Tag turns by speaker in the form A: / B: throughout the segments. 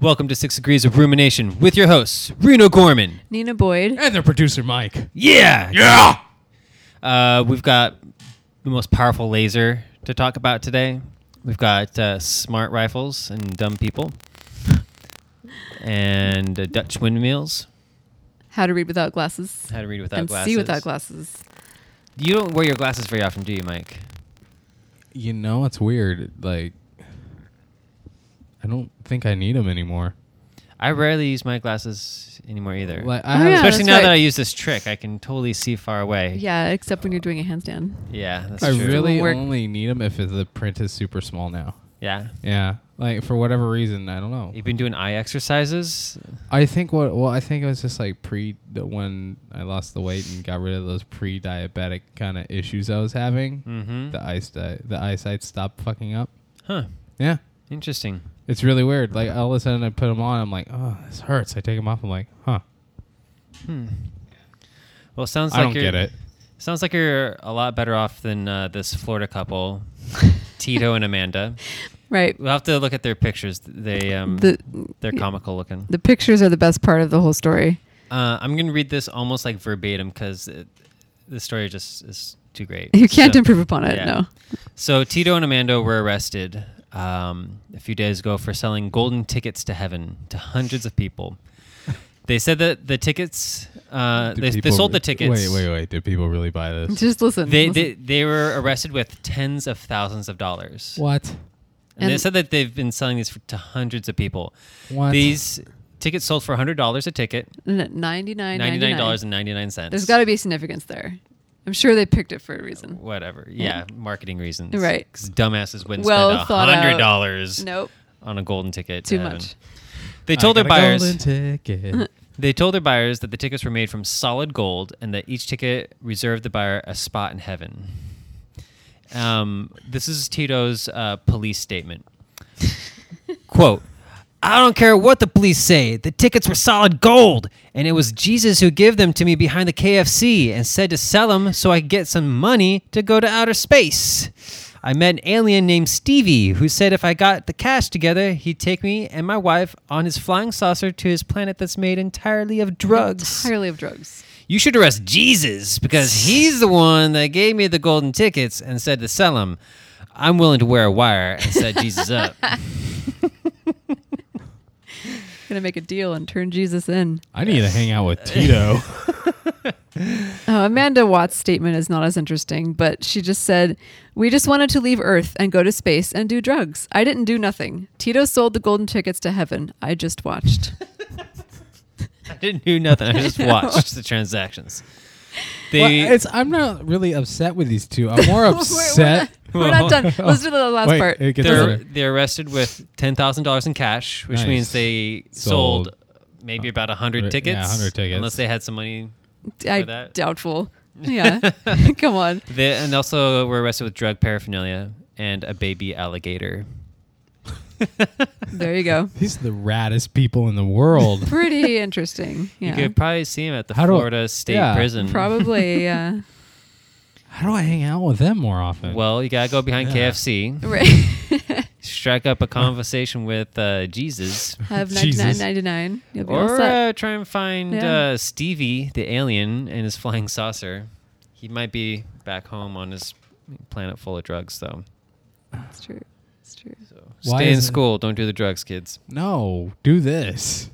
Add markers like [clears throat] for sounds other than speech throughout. A: Welcome to Six Degrees of Rumination with your hosts, Reno Gorman.
B: Nina Boyd.
C: And their producer, Mike.
A: Yeah!
C: Yeah!
A: Uh, we've got the most powerful laser to talk about today. We've got uh, smart rifles and dumb people, and uh, Dutch windmills.
B: How to read without glasses.
A: How to read without
B: and
A: glasses.
B: see without glasses.
A: You don't wear your glasses very often, do you, Mike?
C: You know, it's weird. Like, I don't think I need them anymore.
A: I rarely use my glasses anymore either.
C: Like,
B: Oh,
C: I have,
B: yeah.
A: Especially
B: that's
A: now that
B: right.
A: I use this trick, I can totally see far away.
B: Yeah, except when you're doing
A: [laughs]
B: a handstand.
A: Yeah, that's
C: I
A: true.
C: really
B: Work.
C: only need them if the print is super small now.
A: Yeah.
C: Yeah. Like, for whatever reason, I don't know.
A: You've been doing eye exercises?
C: I think what, well, I think it was just like pre, the when I lost the weight and got rid of those pre diabetic kind of issues I was having,
A: Mm-hmm.
C: the, eyes, the eyesight stopped fucking up.
A: Huh.
C: Yeah.
A: Interesting.
C: It's really weird. Like all of a sudden, I put them on. I'm like, oh, this hurts. I take them off. I'm like, huh.
A: Hmm. Well, sounds
C: I
A: like
C: don't
A: you're,
C: get it.
A: Sounds like you're a lot better off than uh, this Florida couple, Tito and
C: [laughs]
A: Amanda.
B: Right.
A: We'll have to look at their pictures. They um,
B: The-
A: they're comical looking.
B: The pictures are the best part of the whole story. [laughs]
A: Uh, I'm gonna read this almost like verbatim because the story just is too great.
B: You can't
A: So-
B: improve upon it,
A: yeah.
B: no.
A: So Tito and Amanda were arrested um, a few days ago for selling golden tickets to heaven to hundreds of
C: [laughs]
A: people. They said that the tickets, uh,
C: Did
A: they, they
C: people
A: sold
C: re-
A: the tickets.
C: Wait, wait, wait. Did people really buy this?
B: Just listen.
A: They,
B: listen.
A: they they were arrested with tens of thousands of dollars.
C: What?
A: And, they
B: And-
A: said that they've been selling these for, to hundreds of people.
C: What?
A: These tickets sold for hundred dollars a ticket,
B: N- 99
A: ninety nine dollars
B: $99.
A: and ninety nine cents.
B: There's got to be significance there. I'm sure they picked it for a reason.
A: whatever. Yeah, marketing reasons.
B: Right.
A: Because dumbasses wouldn't
B: Well
A: spend
B: thought
A: a hundred
B: out.
A: dollars
B: Nope.
A: on a golden ticket. to
B: Too
A: heaven.
B: much.
A: They told
C: I
A: their
C: got a
A: buyers.
C: golden ticket.
A: [laughs] They told their buyers that the tickets were made from solid gold and that each ticket reserved the buyer a spot in heaven. Um, this is Tito's uh, police statement. [laughs] Quote, I don't care what the police say. The tickets were solid gold, and it was Jesus who gave them to me behind the KFC and said to sell them so I could get some money to go to outer space. I met an alien named Stevie who said if I got the cash together, he'd take me and my wife on his flying saucer to his planet that's made entirely of drugs.
B: Entirely of drugs.
A: You should arrest Jesus because he's the one that gave me the golden tickets and said to sell them. I'm willing to wear a wire and
B: [laughs]
A: set Jesus up.
B: Gonna make a deal and turn Jesus in.
C: I need to hang out with [laughs] Tito.
B: Uh, Amanda Watt's statement is not as interesting, but she just said, We just wanted to leave Earth and go to space and do drugs. I didn't do nothing. Tito sold the golden tickets to heaven. I just
C: [laughs]
B: watched.
A: I didn't do nothing. I
B: [laughs]
A: just watched the transactions.
C: Well,
A: They
C: it's, I'm not really upset with these two. I'm [laughs] more upset.
B: We're not done. Let's do the last
C: Wait,
B: part.
C: it gets
A: they're
C: better.
A: they're arrested with ten thousand dollars in cash, which
C: Nice.
A: means they sold,
C: Sold. Uh,
A: maybe about hundred
C: Yeah,
A: tickets.
C: 100 tickets.
A: unless they had some money.
B: I
A: for that. [laughs]
B: doubtful. Yeah. [laughs] Come on.
A: They, and also were arrested with drug paraphernalia and a baby
B: [laughs]
A: alligator.
B: There you go.
C: These are the raddest people in the [laughs] world.
B: Pretty interesting.
A: You
B: Yeah.
A: could probably see him at the
C: How do I-
A: Florida State
C: yeah.
A: Prison. [laughs]
B: Probably, yeah.
C: How do I hang out with them more often?
A: Well, you gotta go behind
C: Yeah.
A: KFC,
B: Right.
A: strike up a conversation with uh, Jesus,
B: Have
C: [laughs] Jesus.
B: 99.99. You'll be all
A: or
B: set.
A: uh, try and find
B: Yeah.
A: uh, Stevie the alien and his flying saucer. He might be back home on his planet full of drugs, though.
B: It's true. It's true.
A: So
C: Why
A: stay in
C: is it-
A: school. Don't do the drugs, kids.
C: no, do this.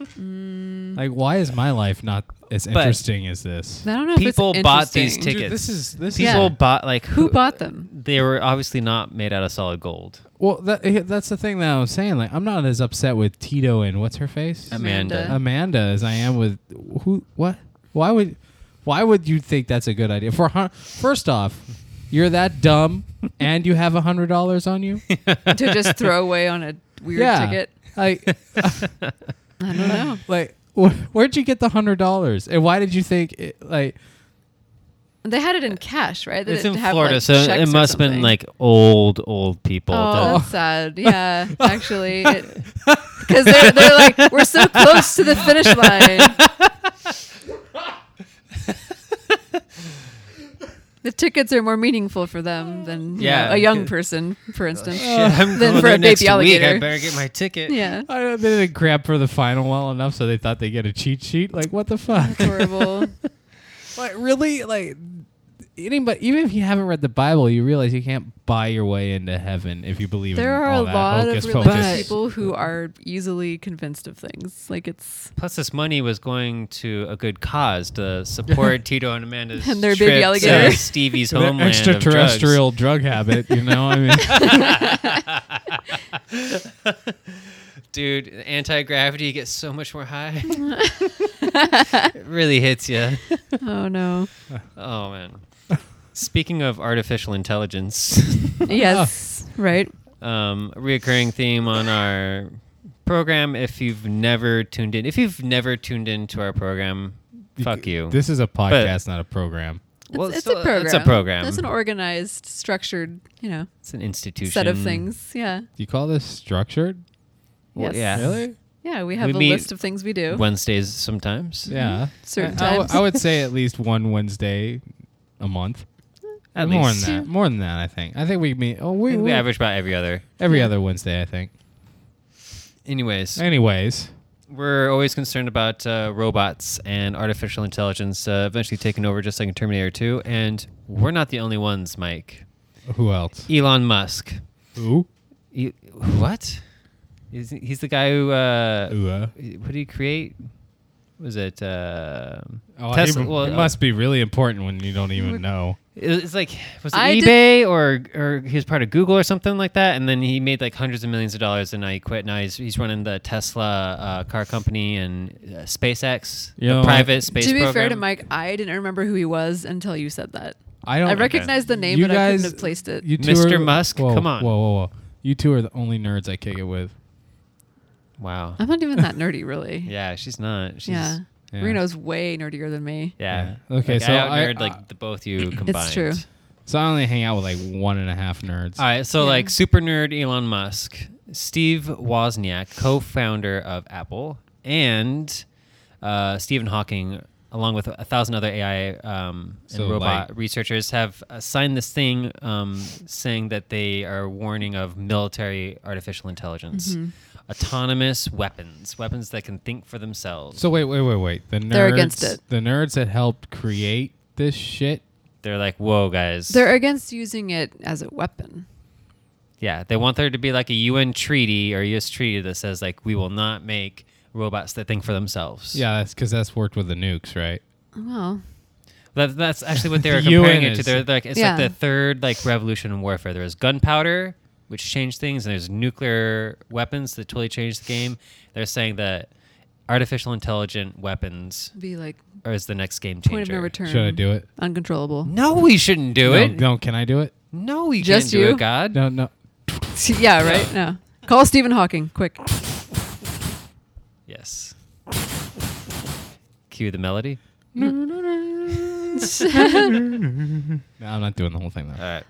C: like, why is my life not as
A: But-
C: interesting as this?
B: I don't know
A: People
B: if it's
A: bought these
B: interesting.
A: tickets.
C: Dude, this is this
A: People
C: is
B: Yeah.
A: bought like
B: Who bought them?
A: They were obviously not made out of solid gold.
C: Well, that, eh, that's the thing that I was saying. Like, I'm not as upset with Tito and what's her face,
A: Amanda.
B: Amanda.
C: Amanda, as I am with who? What? Why would? Why would you think that's a good idea? For hun- first off, you're that dumb, and you have a hundred dollars on you.
B: to just throw away on a [laughs] weird
C: yeah,
B: ticket.
C: like, [laughs]
B: I don't know.
C: like, wh- where'd you get the hundred dollars, and why did you think it, like?
B: They had it in cash, right?
A: [laughs]
B: They
A: it's in
B: didn't have,
A: Florida,
B: like,
A: so it
B: checks or
A: must have been
B: something.
A: like old, old people.
B: Oh,
A: that-
B: that's sad. Yeah, actually, because they're, they're like we're so close to the finish line. the tickets are more meaningful for them than you
A: Yeah. Oh,
B: know, a young person, for
A: [laughs]
B: instance.
A: Shit, I'm
B: Then
A: going
B: for
A: there
B: a
A: next
B: baby
A: Week. I
B: alligator.
A: better get my ticket.
B: yeah,
C: I don't, they didn't grab for the final well enough, so they thought they get a cheat sheet. Like, what the fuck?
B: [laughs]
C: [laughs]
A: [laughs]
B: that's horrible.
C: like, really? Like, anybody? Even if you haven't read the Bible, you realize you can't buy your way into heaven if you believe.
B: there
C: in
B: are a
C: all that
B: lot of
C: hocus
B: religious
C: pocus.
B: people who are easily convinced of things. Like it's
A: Plus, this money was going to a good cause
C: [laughs]
A: to support Tito and Amanda's
B: [laughs] And their
A: trip
B: baby alligator.
A: to
C: [laughs]
A: Stevie's
C: Their
A: homeland of drugs.
C: extraterrestrial drug habit. You know, I mean, [laughs]
A: Dude, anti gravity gets so much more
B: [laughs]
A: high. it really hits you.
B: oh no,
A: Oh man. Speaking of artificial intelligence, [laughs]
B: yes, right.
A: um, a reoccurring theme on our program. If you've never tuned in, if you've never tuned into our program, [laughs] fuck you.
C: This is a podcast, not a program.
B: It's,
A: Well,
B: it's
A: still-
B: a program.
A: It's a program.
B: That's an organized, structured, you know,
A: it's an institution.
B: set of things. Yeah.
C: Do you call this structured?
A: Well,
B: Yes.
A: yeah.
C: Really?
B: Yeah, we have
A: We
B: a
A: meet
B: list of things we do.
A: Wednesdays sometimes.
C: Yeah.
B: Certain
C: I, I w-
B: times.
C: I would say at least one Wednesday a month.
A: At
C: more
A: least.
C: than that. More than that, I think. I think we meet.
A: I
C: Oh, we,
A: think
C: we
A: we average about every other.
C: every other Wednesday, I think.
A: Anyways,
C: Anyways,
A: we're always concerned about uh, robots and artificial intelligence uh, eventually taking over, just like in Terminator 2. And we're not the only ones, Mike.
C: who else?
A: Elon Musk.
C: Ooh,
A: E- what? Is he's the guy who? Uh,
C: ooh. Uh.
A: what did he create? Was it uh,
C: Oh, I
A: Tesla?
C: even-
A: well,
C: it
A: uh,
C: must be really important when you don't even know.
A: It was- it's like was it
B: I
A: eBay
B: did-
A: or or he was part of Google or something like that, and then he made like hundreds of millions of dollars, and now he quit. Now he's he's running the Tesla uh, car company and uh, SpaceX,
C: You know,
A: the
C: like-
A: private space.
B: to be fair
A: program.
B: to Mike, I didn't remember who he was until you said that.
C: I
A: Oh,
C: don't.
B: I recognized the name,
C: You
B: but I
C: guys-
B: couldn't have placed it.
C: You two are-
A: Mr. Musk,
C: whoa,
A: come on.
C: Whoa, whoa, whoa! You two are the only nerds I kick it with.
A: wow,
B: I'm not even that nerdy, really.
A: [laughs] yeah, she's not. She's,
B: yeah.
A: yeah,
C: Yeah.
B: Reno's way nerdier than me.
A: yeah.
C: Yeah. Okay,
A: Like,
C: so
A: I
C: I-
A: outnerd
C: I-
A: like the both you combined.
B: true.
C: So I only hang out with like one and a half nerds.
A: All right, so
B: Yeah.
A: like super nerd Elon Musk, Steve Wozniak, co-founder of Apple, and uh, Stephen Hawking, along with a thousand other AI um, and
C: So,
A: robot
C: like-
A: researchers, have uh, signed this thing um, saying that they are warning of military artificial intelligence,
B: Mm-hmm.
A: autonomous weapons, weapons that can think for themselves.
C: So wait, wait, wait, wait. The nerds,
B: They're against it.
C: The nerds that helped create this shit.
A: They're like, whoa, guys.
B: They're against using it as a weapon.
A: Yeah, they want there to be like a UN treaty or U.S. treaty that says like we will not make robots that think for themselves.
C: Yeah, that's because that's worked with the nukes, right?
B: Well,
A: that, that's actually
C: [laughs]
A: what they were
C: The
A: comparing
C: UN
A: it to.
C: is-
A: They're like it's
B: Yeah.
A: like the third like revolution in warfare. There was gunpowder, which changed things, and there's nuclear weapons that totally changed the game. They're saying that artificial intelligent weapons
B: be like
A: are is the next game changer.
B: point of no return.
C: Should I do it?
A: [laughs]
B: Uncontrollable.
A: No, we shouldn't do
C: no,
A: it.
C: No, can I do it?
A: No, we
B: Just
A: can't do
B: you?
A: it. God,
C: No, no.
B: yeah, right? No. Call Stephen Hawking,
A: [laughs]
B: quick.
A: yes. Cue the melody.
C: No, I'm not doing the whole thing
A: All
C: though.
A: right.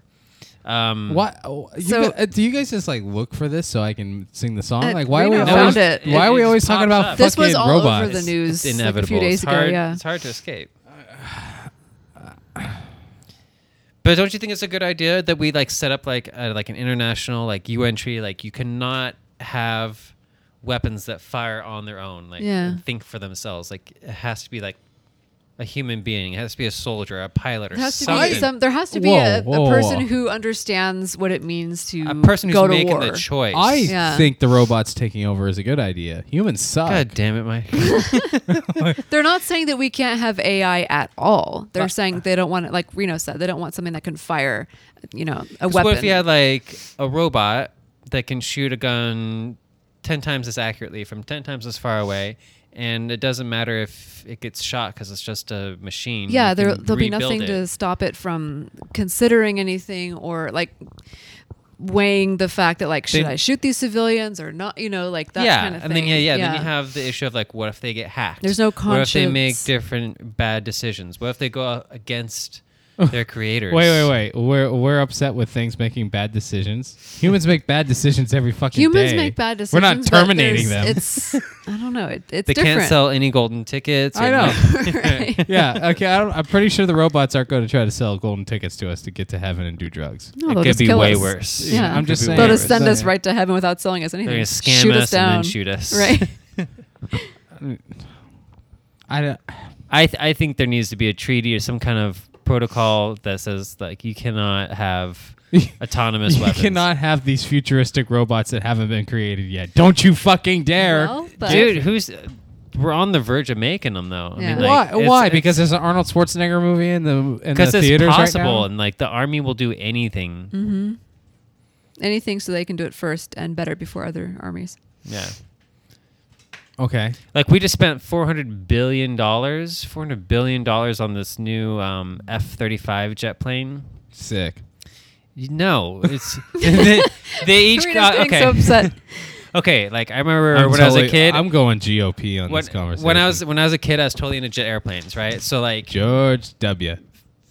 A: Um,
C: Why? oh, you
B: So-
C: guys- uh, do you guys just like look for this so I can sing the song?
B: Uh,
C: like, why are we
B: Reno
C: always,
B: found it.
C: Why
A: It-
C: are we
A: it
C: always
A: just
C: talking
A: pops
C: about
A: up.
B: This
C: fucking
B: was all over
C: robots?
B: the
A: It's
B: news. like, a few
A: inevitable.
B: days
A: it's
B: ago,
A: hard,
B: yeah.
A: It's hard to escape. But don't you think it's a good idea that we like set up like a, like an international like UN treaty? Like you cannot have weapons that fire on their own, like
B: Yeah.
A: and think for themselves. Like it has to be like a human being. It has to be a soldier, a pilot, or
B: There has to
A: something.
B: be some. There has to be
C: Whoa,
B: a,
C: whoa,
B: a person
C: whoa.
B: who understands what it means to
A: a person who's
B: go to
A: making
B: war.
A: the choice.
C: I
B: Yeah.
C: think the robots taking over is a good idea. Humans suck.
A: God damn it, Mike.
B: They're not saying that we can't have AI at all. They're saying they don't want it, like Reno said, they don't want something that can fire, you know, a
A: 'Cause
B: weapon.
A: What if you had like a robot that can shoot a gun ten times as accurately from ten times as far away, and it doesn't matter if it gets shot because it's just a machine.
B: yeah,
A: you
B: there,
A: can
B: there'll be
A: rebuild
B: nothing
A: it.
B: to stop it from considering anything or like weighing the fact that like should
A: They-
B: I shoot these civilians or not? You know, like that
A: yeah,
B: kind of thing.
A: and then yeah, yeah, then you have the issue of like, what if they get hacked?
B: There's no
A: What if they make
B: conscience.
A: [laughs] different bad decisions? What if they go against They're creators.
C: Wait, wait, wait. We're we're upset with things making bad decisions. Humans make bad decisions every fucking
B: Humans
C: day.
B: make bad decisions.
C: We're not
B: but
C: terminating them.
B: there's- It's I don't know. It, it's
A: They
B: different.
A: can't sell any golden tickets.
C: I
A: or
C: know.
B: [laughs]
A: [laughs]
B: Right.
C: [laughs] yeah. Okay. I don't, I'm pretty sure the robots aren't going to try to sell golden tickets to us to get to heaven and do drugs.
B: No,
A: it
B: they'll
A: could
B: just
A: be
B: kill
A: way
B: us.
A: worse.
B: Yeah. Yeah, I'm
A: It
C: just
A: could be
C: saying.
A: way
B: They'll
C: Let
B: just
A: worse.
B: send
C: Yeah.
B: us right to heaven without selling us anything.
A: They're gonna scam
B: shoot
A: us,
B: us down.
A: and then shoot us.
B: Right.
C: [laughs] I don't.
A: I th- I think there needs to be a treaty or some kind of protocol that says like you cannot have autonomous
C: [laughs] You
A: weapons.
C: cannot have these futuristic robots that haven't been created yet. Don't you fucking dare.
B: Well, but
A: dude. Who's we're on the verge of making them though.
B: Yeah.
C: why?
A: it's-
C: why?
A: it's-
C: because there's an Arnold Schwarzenegger movie in the in the
A: because it's
C: theaters
A: possible,
C: right now.
A: and like the army will do anything.
B: Mm-hmm. anything so they can do it first and better before other armies.
A: Yeah,
C: Okay.
A: like we just spent four hundred billion dollars, four hundred billion dollars on this new um, F thirty five jet plane.
C: Sick.
A: No,
C: [laughs]
A: it's [laughs] they,
B: [laughs]
A: they each
B: Karina's
A: got
B: getting
A: okay.
B: so upset.
A: Okay, like I remember
C: I'm
A: when I was
C: totally-
A: a kid.
C: I'm going GOP on
A: when,
C: this conversation.
A: when I was when I was a kid, I was totally into jet airplanes, right? So like
C: George W.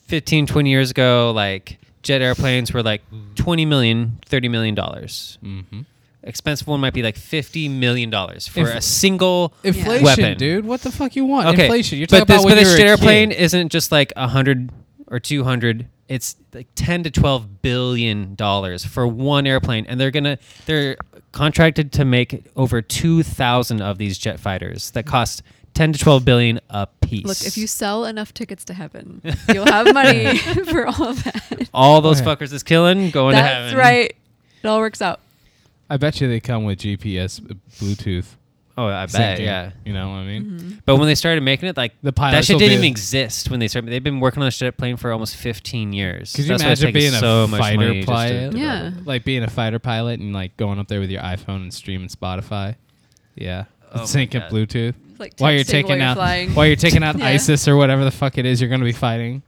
A: 15, 20 years ago, like jet airplanes were like 20 million, 30 million dollars.
C: Mm-hmm.
A: Expensive one might be like 50 million dollars for
C: Inf-
A: a single
C: Inflation,
A: weapon.
C: dude. What the fuck you want?
A: Okay.
C: Inflation. You're talking
A: but this,
C: about
A: but
C: when
A: this
C: you were
A: jet
C: a
A: airplane
C: kid.
A: isn't just like 100 or 200. It's like 10 to 12 billion dollars for one airplane and they're going to they're contracted to make over 2,000 of these jet fighters that cost 10 to 12 billion a piece.
B: Look, if you sell enough tickets to heaven, you'll have money [laughs] for all of that.
A: all those
C: Okay.
A: fuckers is killing going to
B: That's
A: heaven.
B: right. It all works out.
C: I bet you they come with GPS, uh, Bluetooth.
A: Oh, I bet.
C: syncing,
A: Yeah.
C: You know what I mean?
B: Mm-hmm.
A: But when they started making it, like
C: The
A: that
C: pilots
A: shit
C: will
A: didn't
C: be-
A: even exist when they started. They've been working on a jet plane for almost 15 years.
C: Could you
A: That's why it's
C: imagine
A: taken
C: being a
A: so much money
C: fighter
A: just to
C: pilot?
A: develop
B: Yeah.
A: it.
C: Like being a fighter pilot and like going up there with your iPhone and streaming Spotify. Yeah.
A: Oh my
C: Syncing
A: God.
C: Bluetooth.
B: Like
C: While you're
B: texting
C: taking
B: while
C: out
B: flying.
C: while you're taking
B: [laughs]
C: out
B: Yeah.
C: ISIS or whatever the fuck it is you're gonna be fighting.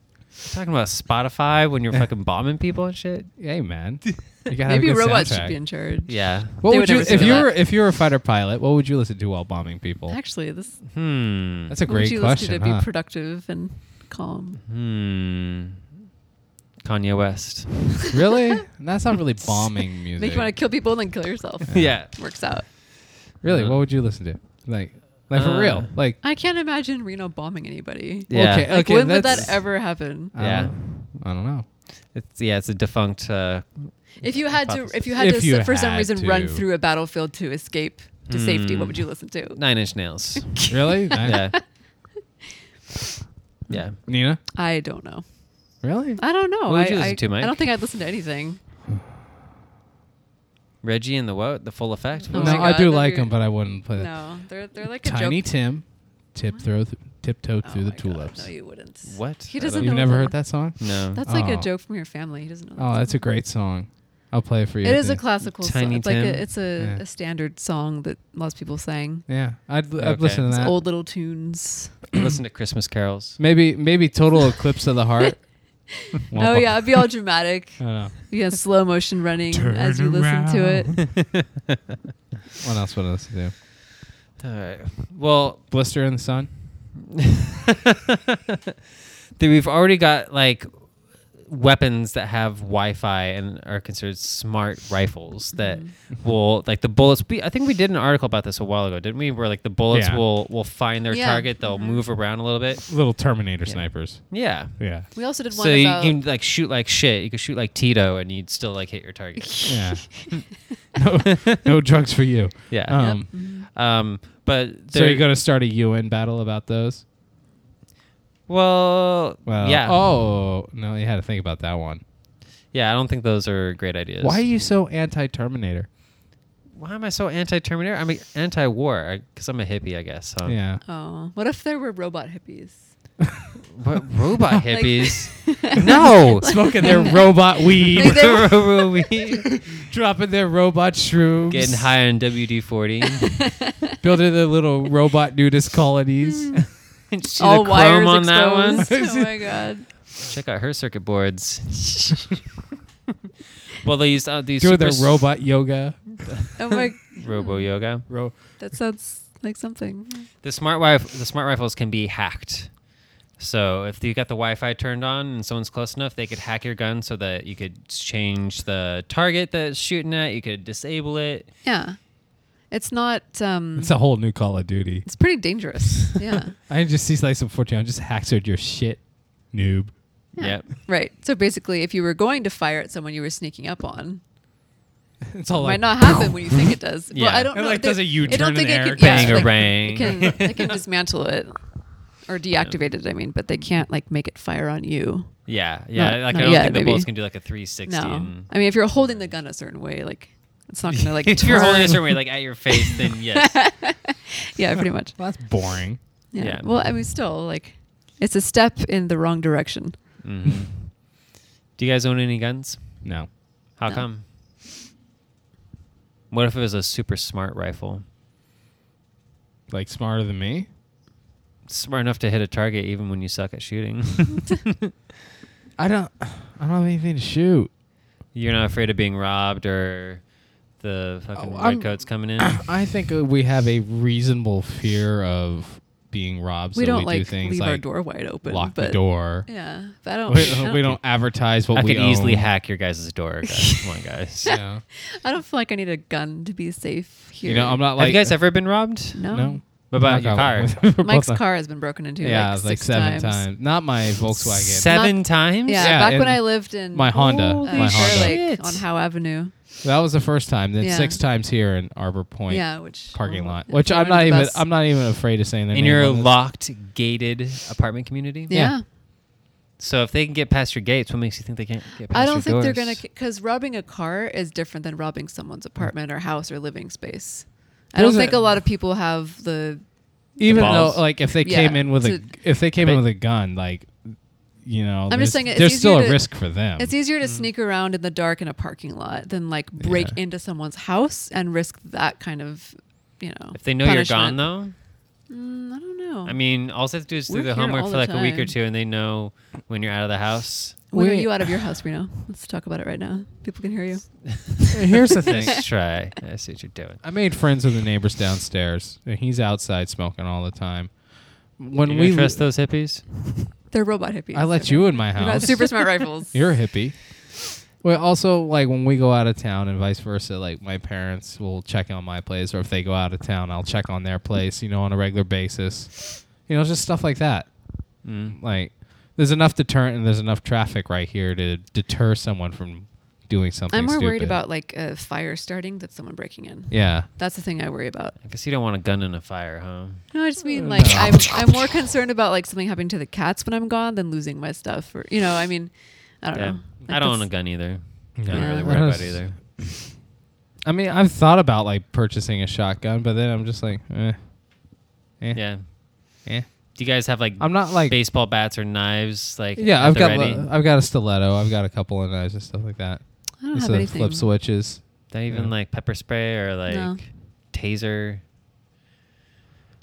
A: Talking about Spotify when you're fucking bombing people and shit.
B: [laughs]
C: Hey man. You gotta have a
B: Maybe
C: good
B: robots
C: soundtrack.
B: should be in charge.
A: Yeah.
C: What
B: They would
C: would you
B: never
C: if
B: do
C: you
B: that.
C: were if you were a fighter pilot, what would you listen to while bombing people?
B: Actually, this
A: Hmm.
C: That's a
B: what would
C: great
B: you
C: question.
B: listen to
C: huh?
B: be productive and calm.
A: Hmm. Kanye West.
C: [laughs]
B: [laughs]
C: really? That's not really bombing music.
B: Make you want to kill people and then kill yourself.
A: [laughs] yeah.
B: Works out.
C: Really?
A: Uh,
C: What would you listen to? Like like for
A: Uh,
C: real? Like
B: I can't imagine Reno bombing anybody.
A: Yeah.
C: okay,
B: Like,
C: okay,
B: when would
C: that's-
B: that ever happen?
C: I
A: Yeah.
C: don't- I don't know.
A: It's, yeah, it's a defunct. Uh,
B: If you had to, if you had
C: If
B: to,
C: you
B: for some
C: had
B: reason,
C: to. Hmm.
B: run through a battlefield to escape to safety, what would you listen to?
A: nine Inch
C: [laughs]
A: Nails. [laughs]
C: Really? [laughs]
A: yeah. Yeah.
C: Nina?
B: I don't know.
C: Really?
B: I don't know.
A: What would
B: I,
A: you listen
B: I,
A: to, Mike?
B: I don't think I'd listen to anything.
A: Reggie and the what? The Full Effect. What
B: Oh
A: was
C: no,
A: it?
B: my
C: I
B: God,
C: do
B: that'd
C: like
B: be-
C: him, but I wouldn't play that.
B: No, they're they're like a
C: Tiny
B: joke.
C: Tim, tip throw, th- tiptoe
B: Oh
C: through the
B: my God,
C: tulips.
B: No, you wouldn't.
A: What?
B: He
A: I don't
B: doesn't
A: know.
C: You've
B: know
C: never
B: that.
C: heard that song?
A: No.
B: That's like a
C: Oh.
B: joke from your family. He doesn't know.
C: Oh,
B: that
C: that's a
B: song.
C: great song. I'll play it for you.
B: It is a
C: Anthony.
B: classical song.
A: Tiny
B: It's like
A: Tim?
B: a, it's a,
C: Yeah.
B: a standard song that lots of people sang.
C: Yeah, I'd, I'd
A: Okay.
C: listen to
B: It's
C: that.
B: old little tunes.
A: Listen to Christmas carols.
C: [laughs] Maybe maybe total eclipse of the heart. [laughs] Womp
B: [laughs] Oh
C: womp.
B: yeah, it'd be all dramatic. [laughs]
C: I don't know.
B: You have slow motion running
C: Turn
B: as you listen to it.
C: around. What else would I listen to?
A: All right. Well, [laughs]
C: Blister in the sun.
A: that we've already got like weapons that have Wi-Fi and are considered smart rifles that will like the bullets. Be, I think we did an article about this a while ago, didn't we? Where like the bullets
C: Yeah.
A: will will find their
B: Yeah.
A: target. They'll move around a little bit.
C: Little Terminator
A: Yeah.
C: snipers.
A: Yeah.
C: Yeah,
B: [laughs] We also did one
A: So you
B: about
A: can
B: [laughs]
A: like shoot like shit. You can shoot like Tito, and you'd still like hit your target.
C: yeah. [laughs] no, [laughs] no drugs for you.
A: Yeah.
C: Um,
A: [laughs]
B: Mm-hmm.
A: Um. But
C: So you're
A: there-
C: gonna start a UN battle about those?
A: Well,
C: Well,
A: yeah.
C: Oh no, you had to think about that one.
A: Yeah. I don't think those are great ideas.
C: Why are you so anti-Terminator?
A: Why am I so anti-Terminator? I'm anti-war because I'm a hippie, I guess. So.
B: [laughs]
C: Yeah.
B: Oh, what if there were robot
C: [laughs]
B: hippies?
A: What robot
B: [laughs] Like-
A: hippies?
B: [laughs]
A: no.
C: Smoking their robot
B: Like
C: weed,
A: [laughs]
B: they were-
A: Were
B: [laughs]
A: we
C: dropping their robot shrooms,
A: Getting high on WD forty.
C: building their little robot nudist
B: [laughs]
C: colonies.
B: all wires
A: on that one.
B: exposed. [laughs]
C: [laughs]
B: oh my god.
A: Check out her circuit
B: [laughs]
A: boards. well, they used uh, these
C: doing
A: super
C: their robot yoga.
B: Oh my.
A: robo yoga.
C: Ro-
B: That sounds like something.
A: The smart rifle, the smart rifles can be hacked So if you got the Wi-Fi turned on and someone's close enough, they could hack your gun so that you could change the target that it's shooting at. You could disable it.
B: Yeah. It's not. Um,
C: It's a whole new Call of Duty.
B: it's pretty dangerous.
C: [laughs]
B: Yeah.
C: I just see like some 14 just hacks at your shit, noob. [laughs]
A: Yep.
B: right. So basically, if you were going to fire at someone you were sneaking up on,
C: It's all
B: it
C: like
B: might not happen when you think
C: [laughs]
B: it does.
A: Yeah.
B: Well, I don't
C: It,
B: know.
C: like,
B: They-
C: does a U-turn
B: I don't
C: in
B: think
C: the
B: it
C: air.
B: can
A: Bang
B: yeah,
A: or
B: like,
A: bang.
B: It can, they
C: [laughs]
B: can
A: [laughs]
B: dismantle it or deactivate it. I mean, but they can't like make it fire on you.
A: Yeah. Yeah.
B: Not-
A: like
B: not
A: I don't
B: yet,
A: think the
B: maybe.
A: bullets can do like a 360.
B: No.
A: And
B: I mean, if you're holding the gun a certain way, like it's not gonna
C: [laughs]
A: [laughs]
B: like
A: if you're holding
B: turn.
A: a certain way, like at your face,
B: [laughs]
A: then yes.
B: yeah, pretty much.
C: well, that's boring.
B: Yeah.
A: Yeah.
B: Well, I mean, still like it's a step in the wrong direction.
A: Mhm.
C: Mm.
A: Do you guys own any guns?
C: No.
A: How
B: No.
A: come? What if it was a super smart rifle,
C: Like smarter than me?
A: smart enough to hit a target even when you suck at
B: [laughs]
A: shooting? [laughs]
C: I don't I don't have anything to shoot.
A: You're not afraid of being robbed or the fucking
C: Oh, I'm-
A: redcoats coming
B: [clears throat]
A: in.
C: [clears throat] I think uh, we have a reasonable fear of being robbed.
B: we
C: so
B: don't
C: we
B: like
C: do things
B: leave
C: like
B: our door wide open.
C: lock
B: but
C: the door.
B: Yeah, but I don't.
C: [laughs] We,
B: I [laughs]
C: don't,
B: don't,
C: we don't advertise what
A: I
C: we
A: could easily
C: own.
A: hack your guys' door. Guys. Come on, [laughs]
B: [laughs]
A: guys.
C: You know?
B: I don't feel like I need a gun to be safe here.
C: You know, I'm not
A: Have
C: like
A: you guys ever been robbed?
B: no.
C: no.
A: What about your car?
C: [laughs] We're
B: Mike's
C: both-
B: car has been broken into
C: Yeah,
B: like,
C: like,
B: six
C: seven
B: times.
C: Not my Volkswagen.
A: Seven times?
B: Yeah,
C: Yeah,
B: back when
C: and
B: I lived in
C: my Honda.
B: uh,
C: My
B: Fair
C: Honda.
B: Lake
A: Shit.
B: on Howe Avenue.
C: That was the first time. Then
B: Yeah.
C: six times here in Arbor Point
B: yeah, which
C: parking
B: well,
C: lot,
B: if
C: which
B: you're
C: I'm
B: on
C: not
B: the
C: even.
B: bus-
C: I'm not even afraid of saying their
A: In
C: name.
A: your
C: on this.
A: locked, gated apartment community?
B: Yeah.
C: yeah.
A: So if they can get past your gates, what makes you think they can't get past
B: I don't
A: your
B: think they're
A: doors?
B: gonna because robbing a car is different than robbing someone's apartment or house or living space. I
C: Mm. Those
B: don't think
C: are-
B: a lot of people have the
C: Even though,
A: balls.
C: like, if they
B: Yeah,
C: came in with a,
B: to-
C: if they came
A: But-
C: in with a gun, like, you know,
B: I'm just
C: there's-
B: saying it's
C: there's
B: easier
C: still a
B: to-
C: risk for them.
B: It's easier to sneak around in the dark in a parking lot than like break
C: mm. Yeah.
B: into someone's house and risk that kind of, you know.
A: If they know you're gone,
B: punishment.
A: though,
B: Mm, I don't know.
A: I mean, all they have to do is do
B: We're
A: the
B: here
A: homework
B: all
A: for
B: the
A: like a week or
B: time.
A: two, and they know when you're out of the house.
B: [laughs] when are
C: Wait.
B: you out of your house, Reno? Let's talk about it right now. People can hear you. [laughs]
C: Here's the thing.
A: Nice try. I see what you're doing.
C: I made friends with the neighbors downstairs, and he's outside smoking all the time. When
A: you
C: we
A: we trust those hippies?
B: They're robot hippies.
C: I let
B: okay.
C: you in my
B: We got
C: house.
B: super smart rifles.
C: [laughs] You're a hippie. Well, also like when we go out of town and vice versa, like my parents will check on my place, or if they go out of town, I'll check on their place, you know, on a regular basis. You know, just stuff like that.
A: Mm.
C: Like, there's enough deterrent and there's enough traffic right here to deter someone from doing something.
B: I'm more worried
C: stupid.
B: about like a fire starting than someone breaking in.
C: Yeah.
B: That's the thing I worry about.
A: I guess you don't want a gun in a fire, huh?
B: No, I just
C: Mm.
B: mean like I'm I'm more concerned about like something happening to the cats when I'm gone than losing my stuff or you know, I mean I don't
A: yeah.
B: know.
A: I don't own a gun either. I don't
B: Yeah.
A: really
B: Yeah.
A: worry about it either.
C: I mean, I've thought about like purchasing a shotgun, but then I'm just like, eh, eh,
A: Yeah.
C: eh.
A: Do you guys have like
C: I'm not like,
A: baseball bats or knives? Like
C: yeah.
A: at
C: I've
A: the
C: got,
A: ready?
C: li- I've got a stiletto. I've got a couple of knives and stuff like that.
B: I don't
C: Just
B: have
C: the
B: anything.
C: flip switches.
A: Not even
C: Yeah.
A: like pepper spray or like
B: No.
A: taser.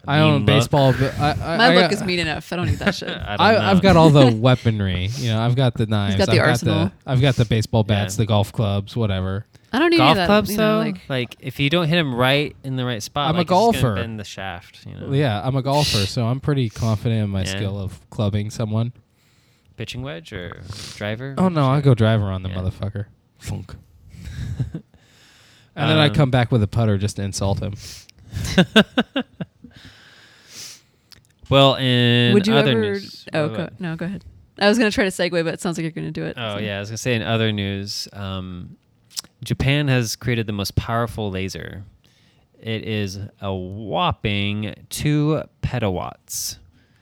A: A
C: I
A: mean
C: own
A: look?
C: baseball. But I, I,
B: My
C: I
B: look
C: got-
B: is mean enough. I don't need
A: [laughs]
B: that shit.
A: I don't
C: I, I've
A: know.
C: got
A: [laughs]
C: all the weaponry. You know, I've got the knives.
B: got the
C: I've
B: arsenal.
C: Got the, I've got the baseball
A: Yeah.
C: bats, the golf clubs, whatever.
B: I don't need any
A: golf
B: of that,
A: clubs
B: you
A: though.
B: know,
A: like, if you don't hit him right in the right spot,
C: I'm a
A: like, it's just gonna
C: golfer.
A: Bend the shaft. You know.
C: Yeah, I'm a golfer, so I'm pretty confident in my
A: Yeah.
C: skill of clubbing someone.
A: [laughs] Pitching wedge or driver.
C: Oh no, I go driver on the
A: Yeah.
C: motherfucker. Funk. And then
A: Um,
C: I come back with a putter just to insult
A: [laughs]
C: him.
A: [laughs] Well, in
B: Would you
A: other
B: ever?
A: news.
B: Oh
A: What
B: go,
A: about-
B: no, go ahead. I was gonna try to segue, but it sounds like you're gonna do it.
A: Oh
B: so.
A: yeah, I was gonna say in other news, um, Japan has created the most powerful laser. It is a whopping two petawatts.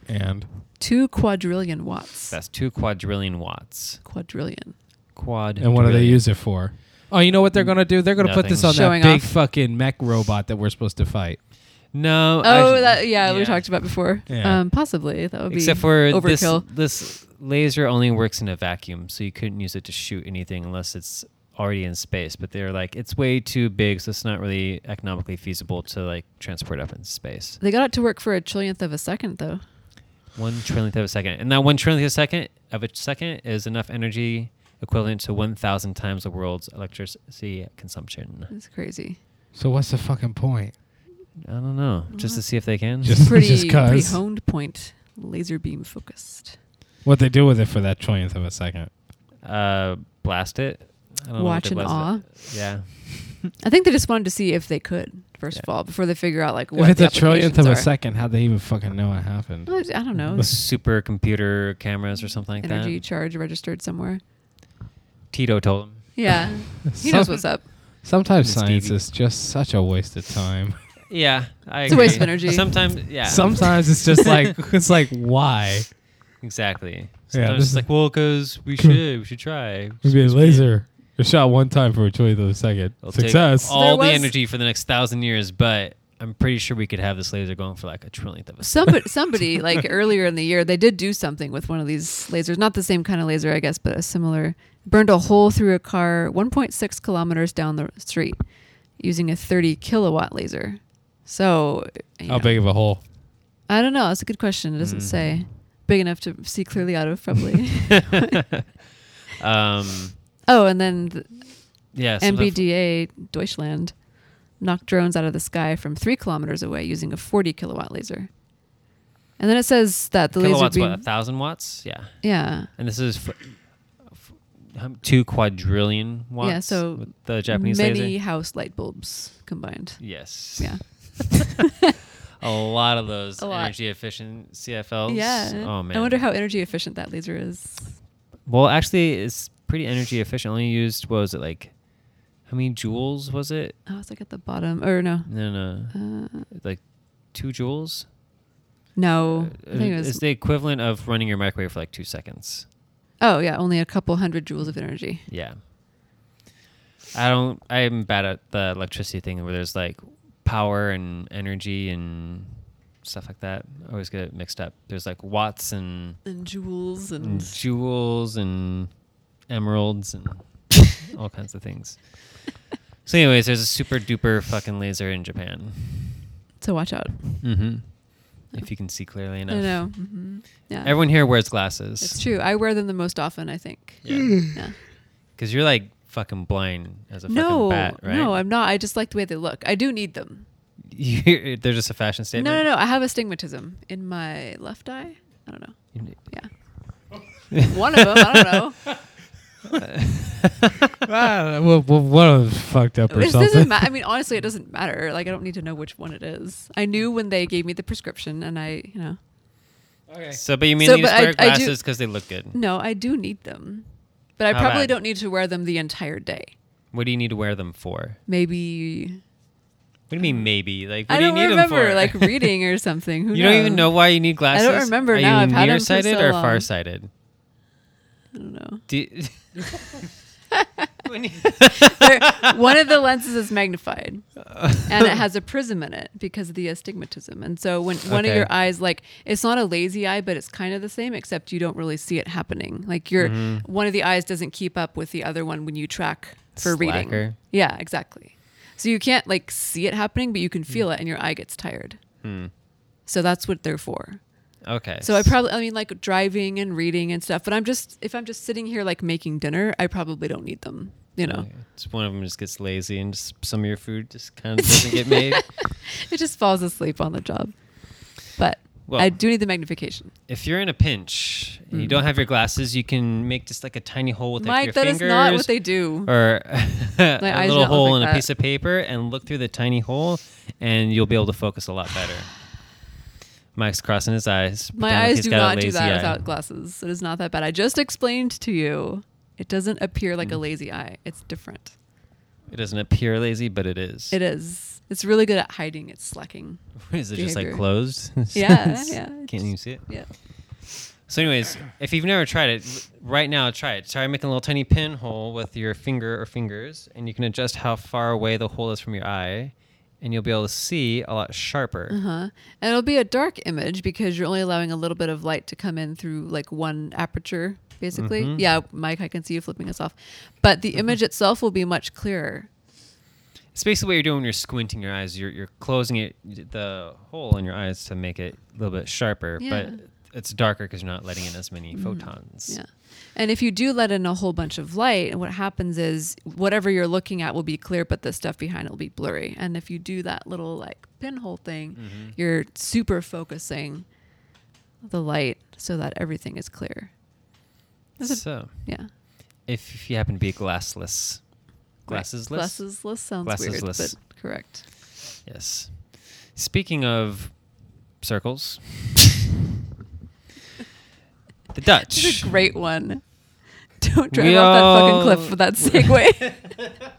C: And
B: Two quadrillion watts.
A: That's two quadrillion watts.
B: quadrillion.
A: Quad.
C: and what do they use it for? Oh, you know what they're gonna do? They're gonna put this on
A: Nothing.
B: Showing
C: that big
B: off.
C: fucking mech robot that we're supposed to fight.
A: No.
B: Oh,
A: actually-
B: that yeah, we talked about before.
C: Yeah.
B: Um, possibly that would be
A: Except for
B: overkill.
A: this, this laser only works in a vacuum, so you couldn't use it to shoot anything unless it's already in space. But they're like, it's way too big, so it's not really economically feasible to like transport up in space.
B: They got it to work for a trillionth of a second, though.
A: One trillionth of a second, and that one trillionth of a second of a second is enough energy equivalent to one thousand times the world's electricity consumption.
B: It's crazy.
C: So what's the fucking point?
A: I don't know, just to see if they can.
C: Just-
B: Pretty,
C: Just 'cause.
B: pretty honed point. laser beam focused.
C: What they do with it for that trillionth of a second?
A: [laughs] Uh, blast it. I don't know what
B: Watch
A: they
B: in awe.
A: blasted it. Yeah.
B: I think they just wanted to see if they could, first of all, before they figure out like what
C: If it's
B: the
C: a trillionth of
B: applications
C: a
B: are.
C: second, how'd they even fucking know it happened?
B: Well, I
A: [laughs]
B: don't know. It's
A: Supercomputer cameras or something like
B: energy
A: that.
B: charge registered somewhere.
A: Tito told him.
C: [laughs]
B: Yeah, he knows what's up.
C: Sometimes
A: It's
C: science
A: Stevie.
C: is just such a waste of time.
A: [laughs]
C: [laughs]
A: Yeah, I
B: It's a
A: agree.
B: waste of energy.
A: Sometimes, yeah,
C: Sometimes
A: [laughs]
C: it's just like it's like why?
A: exactly.
C: Yeah,
A: Sometimes
C: this
A: it's
C: is-
A: like, well, because we should, we should try.
C: It'd be a laser. It shot one time for a trillionth of a 2nd
A: It'll take
C: Success.
A: all
B: There
A: the
B: was-
A: energy for the next thousand years, but I'm pretty sure we could have this laser going for like a trillionth of a second.
B: Somebody, somebody
C: [laughs]
B: like earlier in the year, they did do something with one of these lasers. Not the same kind of laser, I guess, but a similar. Burned a hole through a car 1.6 kilometers down the street using a 30 kilowatt laser. So, you
C: How
B: know.
C: big of
A: [laughs]
C: a hole?
B: I don't know. It's a good question. It doesn't
A: Mm.
B: say. Big enough to see clearly out of,
A: [laughs]
B: probably. [laughs]
A: um,
B: oh, and then the
A: yeah, so the-
B: MBDA Deutschland knocked drones out of the sky from three kilometers away using a 40 kilowatt laser. And then it says that the laser
A: kilowatts,
B: beam.
A: what, a thousand watts? Yeah,
B: Yeah.
A: and this is for, f- um, two quadrillion watts.
B: Yeah, so
A: with the Japanese
B: many
A: laser.
B: house light bulbs combined.
A: Yes.
B: Yeah.
A: [laughs] A lot of those
B: A lot.
A: energy efficient CFLs.
B: Yeah.
A: Oh man.
B: I wonder how energy efficient that laser is.
A: Well, actually, it's pretty energy efficient. Only used what was it like? How many joules was it?
B: Oh, it's like at the bottom. Or no.
A: No, no,
B: Uh,
A: like two joules.
B: no.
A: Uh,
B: Oh, I think it
A: it's
B: was,
A: the equivalent of running your microwave for like two seconds.
B: oh, yeah. Only a couple hundred joules of energy.
A: Yeah. I don't. I'm bad at the electricity thing where there's like power and energy and stuff like that. I always get it mixed up. There's like watts and,
B: And joules
A: and
B: and.
A: joules and emeralds
B: [laughs]
A: and all kinds of things. So, anyways, there's a super duper fucking laser in Japan.
B: So watch out.
A: Mm-hmm. If you can see clearly enough.
B: I know. hmm Yeah.
A: Everyone here wears glasses.
B: It's true. I wear them the most often, I think.
A: Yeah.
B: [sighs] Yeah.
A: Because you're like fucking blind as a fucking
B: No,
A: bat, right?
B: no, I'm not. I just like the way they look. I do need them.
A: You're, they're just a fashion
B: No,
A: statement.
B: no, no. I have astigmatism in my left eye. I don't know.
A: no.
B: Yeah. One of them. I don't know.
A: [laughs]
C: ah, well, well, one of them's fucked up or
B: It
C: something.
B: doesn't matter.
A: [laughs]
B: I mean, honestly, it doesn't matter. Like, I don't need to know which one it is. I knew when they gave me the prescription, and I, you know,
A: So, but you mean
B: So,
A: you just
B: but I-
A: wear
B: I do-
A: glasses because they look good?
B: no, I do need them, but I
A: How
B: probably
A: bad?
B: don't need to wear them the entire day.
A: What do you need to wear them for?
B: Maybe
A: What do you mean, maybe? Like, what
B: I
A: do you
B: don't
A: need them
B: remember,
A: for? [laughs]
B: like reading or something. Who
A: you don't even know
B: knows?
A: why you need glasses.
B: remember
A: Are
B: now.
A: you
B: I've had 'em for
A: nearsighted
B: so
A: or
B: long.
A: farsighted?
B: I don't know.
A: Do
B: [laughs]
A: you- [laughs] When you-
B: They're- one of the lenses is magnified and it has a prism in it because of the astigmatism. And so when one of
A: Okay.
B: your eyes, like it's not a lazy eye, but it's kind of the same, except you don't really see it happening. Like your
A: Mm-hmm.
B: one of the eyes doesn't keep up with the other one when you track for reading.
A: Slacker.
B: Yeah, exactly. So you can't like see it happening, but you
A: Hmm.
B: can feel it, and your eye gets tired. So that's what they're for.
A: okay.
B: So I probably, I mean, like driving and reading and stuff. But I'm just, if I'm just sitting here like making dinner, I probably don't need them. You know,
A: Okay. Just one of them just gets lazy and just some of your food just kind of doesn't get
B: [laughs]
A: made.
B: it just falls asleep on the job. But
A: Well-
B: I do need the magnification.
A: If you're in a pinch and you don't have your glasses, you can make just like a tiny hole with like,
B: Mike,
A: your
B: that is
A: fingers.
B: not what they do.
A: or [laughs] a
B: eyes
A: little
B: don't look
A: hole
B: like
A: in a
B: that.
A: piece of paper and look through the tiny hole and you'll be able to focus a lot better. Mike's crossing his eyes.
B: My
A: pretending like
B: eyes
A: he's
B: do
A: got a
B: not do
A: lazy
B: that
A: eye.
B: without glasses. It is not that bad. I just explained to you. It doesn't appear like a
A: Mm.
B: lazy eye. It's different.
A: It doesn't appear lazy, but it is.
B: It is. It's really good at hiding its slacking.
A: [laughs] Is it just like
B: behavior.
A: closed? [laughs]
B: Yeah, yeah,
A: Can't you see it?
B: Yeah.
A: So, anyways, if you've never tried it, l- right now try it. Try making a little tiny pinhole with your finger or fingers, and you can adjust how far away the hole is from your eye, and you'll be able to see a lot sharper.
B: Uh-huh. And it'll be a dark image because you're only allowing a little bit of light to come in through like one aperture, basically.
A: Mm-hmm.
B: Yeah, Mike, I can see you flipping us off. But the image itself will be much clearer.
A: It's basically what you're doing when you're squinting your eyes. You're, you're closing it, the hole in your eyes to make it a little bit sharper,
B: Yeah. Mm-hmm.
A: but it's darker because you're not letting in as many photons.
B: Yeah. And if you do let in a whole bunch of light, and what happens is whatever you're looking at will be clear, but the stuff behind it will be blurry.
A: Mm. Mm-hmm.
B: And if you do that little like pinhole thing, you're super focusing the light so that everything is clear. That's a-
A: So,
B: Yeah.
A: if you happen to be glassless, glassesless,
B: Glassesless sounds weird,
A: Glassesless.
B: but correct.
A: yes. Speaking of circles, the Dutch.
B: This is a great one. [laughs] Don't drive
A: We
B: off that fucking
A: all-
B: cliff
A: [laughs]
B: with that [laughs] segue.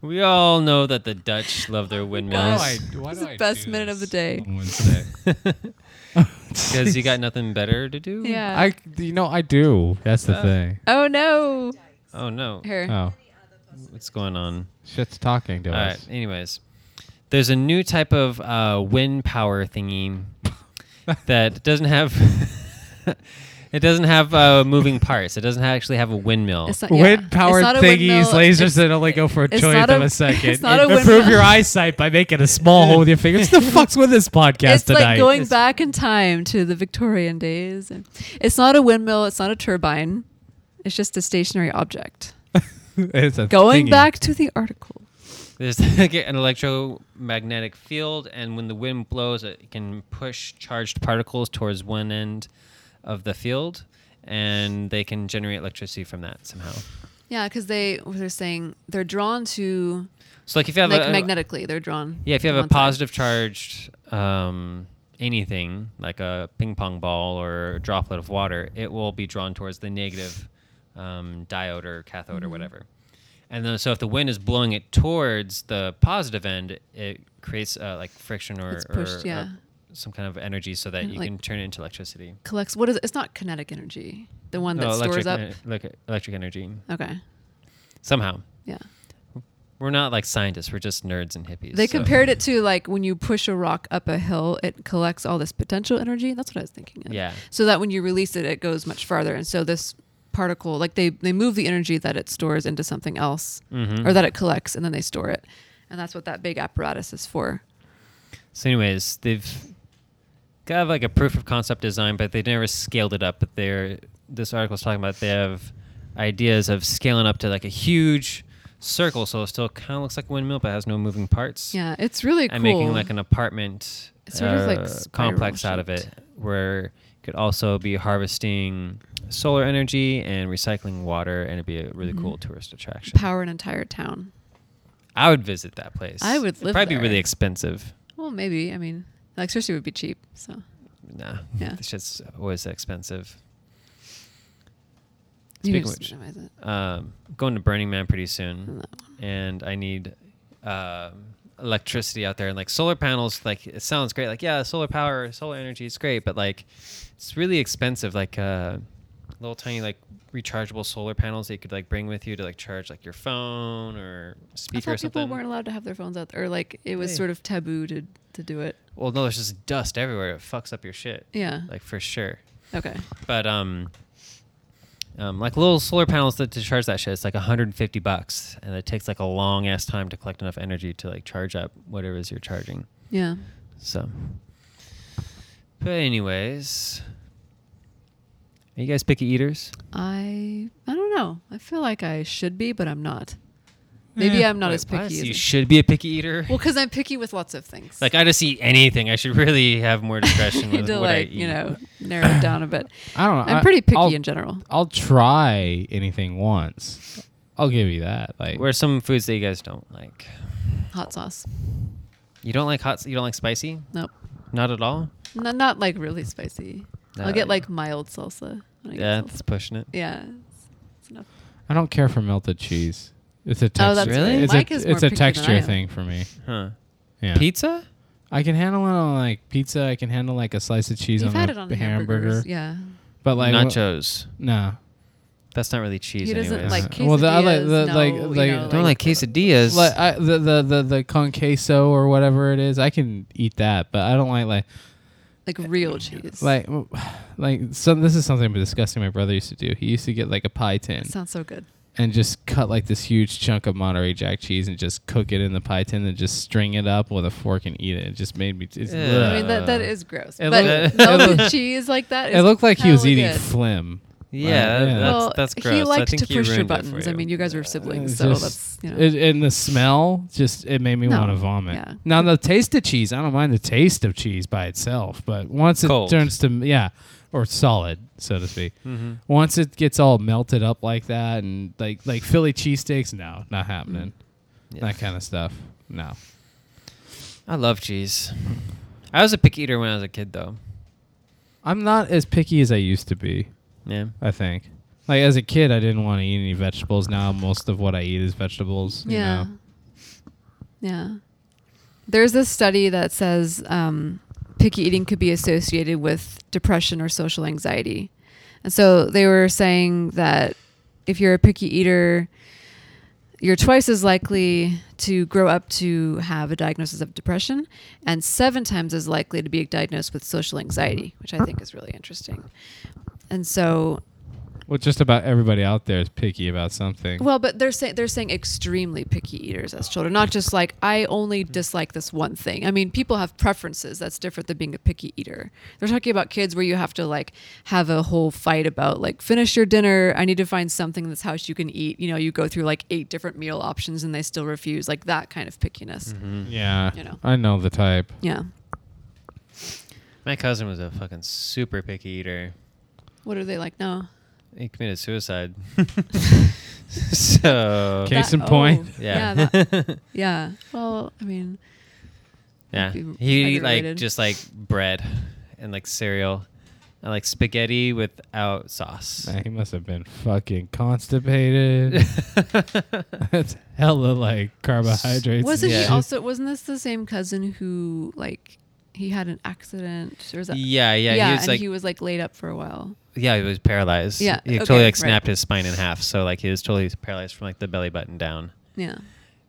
A: We all know that the Dutch love their windmills
B: Why do [laughs] This is the best
A: [laughs]
B: minute of the day.
C: [laughs] Oh,
A: because you got nothing better to do.
B: yeah.
C: I, you know, I do. That's the
A: Uh,
C: thing.
B: oh no.
A: Oh no,
B: Her.
C: Oh,
A: what's going on?
C: shit's talking to
A: All
C: us.
A: right. Anyways, there's a new type of uh, wind power thingy that doesn't have. [laughs] it doesn't have uh, moving parts. It doesn't actually have a windmill.
B: [laughs] It's not,
C: Wind
B: It's
C: powered
B: not a
C: thingies,
B: windmill.
C: lasers that only go for a
B: [laughs] it's not
C: trillionth
B: a-
C: of a second.
B: it's not a
C: improve
B: windmill.
C: your eyesight by making a small hole with your fingers.
B: [laughs]
C: What the fuck's with this podcast
B: It's
C: tonight?
B: like going back in time to the Victorian days. And it's not a windmill. It's not a turbine. It's just a stationary object.
C: [laughs] It's a
B: Going
C: thingy.
B: back to the article.
A: There's [laughs] like an electromagnetic field, and when the wind blows, it can push charged particles towards one end of the field, and they can generate electricity from that somehow.
B: Yeah, because they they're saying they're drawn to
A: So, like if you have
B: like
A: a
B: magnetically, they're drawn.
A: yeah, if you
B: to
A: have a
B: one side.
A: positive charged um, anything like a ping pong ball or a droplet of water, it will be drawn towards the negative um, diode or cathode
B: Mm-hmm.
A: or whatever. And then, so if the wind is blowing it towards the positive end, it creates uh, like friction or,
B: It's
A: or,
B: pushed,
A: or
B: yeah.
A: some kind of energy so that
B: And it,
A: you
B: like-
A: can turn it into electricity.
B: collects what is it? It's not kinetic energy, the one that
A: No, electric,
B: stores up.
A: ener- elec- electric energy
B: Okay,
A: somehow.
B: yeah.
A: We're not like scientists. We're just nerds and hippies.
B: They
A: so-
B: compared it to like when you push a rock up a hill, it collects all this potential energy. That's what I was thinking of.
A: Yeah.
B: So that when you release it, it goes much farther, and so this particle, like they they move the energy that it stores into something else,
A: Mm-hmm.
B: or that it collects, and then they store it, and that's what that big apparatus is for.
A: So, anyways, they've got like a proof of concept design, but they've never scaled it up. But they're this article's talking about they have ideas of scaling up to like a huge circle, so it still kind of looks like a windmill, but has no moving parts.
B: Yeah, it's really cool.
A: and making like an apartment
B: It's sort of like
A: uh,
B: spiral
A: complex out of
B: shaped.
A: it, where you could also be harvesting solar energy and recycling water, and it'd be a really cool tourist attraction.
B: Mm-hmm. power an entire town.
A: I would visit that place.
B: I would
A: It'd
B: live
A: probably
B: there.
A: be really expensive.
B: Well, maybe. I mean, electricity would be cheap, so
A: Nah,
B: Yeah.
A: this shit's always expensive.
B: you
A: Speaking
B: can
A: of
B: just
A: which,
B: minimize it.
A: um, going to Burning Man pretty soon,
B: No.
A: and I need um, electricity out there. And like solar panels, like it sounds great. Like yeah, solar power, solar energy is great, but like it's really expensive. Like uh, little tiny like rechargeable solar panels that you could like bring with you to like charge like your phone or
B: I
A: speaker or
B: thought people
A: something.
B: weren't allowed to have their phones out, there, or like it was
A: Hey.
B: sort of taboo to to do it.
A: well, no, there's just dust everywhere. It fucks up your shit.
B: Yeah.
A: Like for sure.
B: Okay.
A: But um, um, like little solar panels that to charge that shit, it's like 150 bucks, and it takes like a long ass time to collect enough energy to like charge up whatever it is you're charging.
B: Yeah.
A: So, but anyways, are you guys picky eaters?
B: I I don't know. I feel like I should be, but I'm not. Maybe
C: Yeah.
B: I'm not
A: Wait,
B: as
A: what?
B: picky.
A: So
B: As
A: you should be a picky eater.
B: well, because I'm picky with lots of things.
A: [laughs] like I just eat anything. I should really have more discretion
B: [laughs]
A: with
B: to
A: what I
B: like
A: eat. Oh,
B: you
A: [laughs]
B: know narrow it down a bit.
C: I don't know.
B: I'm pretty picky
C: i I'll-
B: in general.
C: I'll try anything once. I'll give you that. Like,
A: What are some foods that you guys don't like?
B: Hot sauce.
A: You don't like hot. s- You don't like spicy?
B: Nope.
A: Not at all.
B: Not, not like really spicy.
A: No,
B: I'll
A: Uh, yeah.
B: get like mild salsa. when I get
A: Yeah,
B: salsa.
A: that's pushing it.
B: yeah. it's- it's enough.
C: I don't care for melted cheese. It's a texture.
B: Oh, that's
A: Really?
B: right.
C: It's
B: Mike
C: a,
B: is more
C: it's a
B: picky than I
C: texture
B: am.
C: thing for me.
A: Huh.
C: Yeah.
A: Pizza?
C: I can handle it on like pizza. I can handle like a slice of cheese
B: You've
C: on
B: had
C: a
B: it on
C: hamburger.
B: hamburgers. Yeah.
C: But like
A: nachos.
C: No.
A: That's not really cheese.
B: He doesn't
A: anyways. [laughs]
B: like
C: Uh, well, the other-
B: quesadillas.
C: the-
B: no,
C: like-
B: you
C: like-
B: know,
A: don't like quesadillas.
C: Like I, the, the the the con queso or whatever it is, I can eat that, but I don't like like
B: like real cheese.
C: like [sighs] like some. This is something disgusting. My brother used to do. He used to get like a pie tin
B: It sounds so good.
C: and just cut like this huge chunk of Monterey Jack cheese and just cook it in the pie tin and just string it up with a fork and eat it. It just made me. It's,
A: Ew.
B: I
C: ugh.
B: mean that that is gross.
C: Uh, It
B: But
A: looked-
B: melted cheese like that. Is
C: it looked like he was
B: hella
C: eating
B: good.
C: phlegm.
A: Yeah,
C: Right,
A: that-
C: yeah.
A: That's,
B: well,
A: that's gross.
B: he
A: I
B: liked
A: think
B: to
A: he
B: push your
A: ruined it for
B: buttons.
A: you.
B: I mean, you guys were siblings,
C: It's
B: so
C: just-
B: that's you know.
C: it- and the smell just it made me
B: No.
C: want to vomit.
B: Yeah.
C: Now the taste of cheese, I don't mind the taste of cheese by itself, but once it
A: Cold. Hmm.
C: turns to yeah, or solid, so to speak.
A: Mm-hmm.
C: Once it gets all melted up like that, and like like Philly cheesesteaks, no, not
B: Hmm.
C: happening.
A: Yeah.
C: That kind of stuff, no.
A: I love cheese. I was a picky eater when I was a kid, though.
C: I'm not as picky as I used to be.
A: Yeah.
C: I think. Like as a kid, I didn't want to eat any vegetables. Now most of what I eat is vegetables. you
B: Yeah.
C: know?
B: Yeah. There's this study that says um, picky eating could be associated with depression or social anxiety. And so they were saying that if you're a picky eater, you're twice as likely to grow up to have a diagnosis of depression and seven times as likely to be diagnosed with social anxiety, which I think is really interesting. And so
C: Well, just about everybody out there is picky about something.
B: Well, but they're saying they're saying extremely picky eaters as children, not just like I
C: Mm-hmm.
B: only dislike this one thing. I mean, people have preferences. That's different than being a picky eater. They're talking about kids where you have to like have a whole fight about like finish your dinner. I need to find something in this house you can eat. You know, you go through like eight different meal options and they still refuse. Like that kind of pickiness.
C: Mm-hmm.
A: Mm-hmm.
C: yeah,
B: You know.
C: I know the type.
B: Yeah.
A: My cousin was a fucking super picky eater.
B: What are they like now?
A: He committed [laughs] suicide. so.
C: Case in point.
A: Yeah.
B: oh. Yeah.
C: [laughs]
B: that-
A: [laughs]
B: yeah. Well, I mean,
A: Yeah,
B: Be
A: he like
B: aggravated.
A: just like bread and like cereal and like spaghetti without sauce. [laughs]
C: [laughs] Man, he must have been fucking
B: [laughs]
C: constipated. That's hella like carbohydrates.
B: wasn't he
C: and
A: Yeah.
C: shit.
B: also? Wasn't this the same cousin who like he had an accident or was that?
A: yeah, yeah, he was
B: and
A: like
B: he was like laid up for a while.
A: yeah, he was paralyzed.
B: Yeah,
A: he
B: okay,
A: totally like
B: right.
A: snapped his spine in half, so like he was totally paralyzed from like the belly button down,
B: Yeah.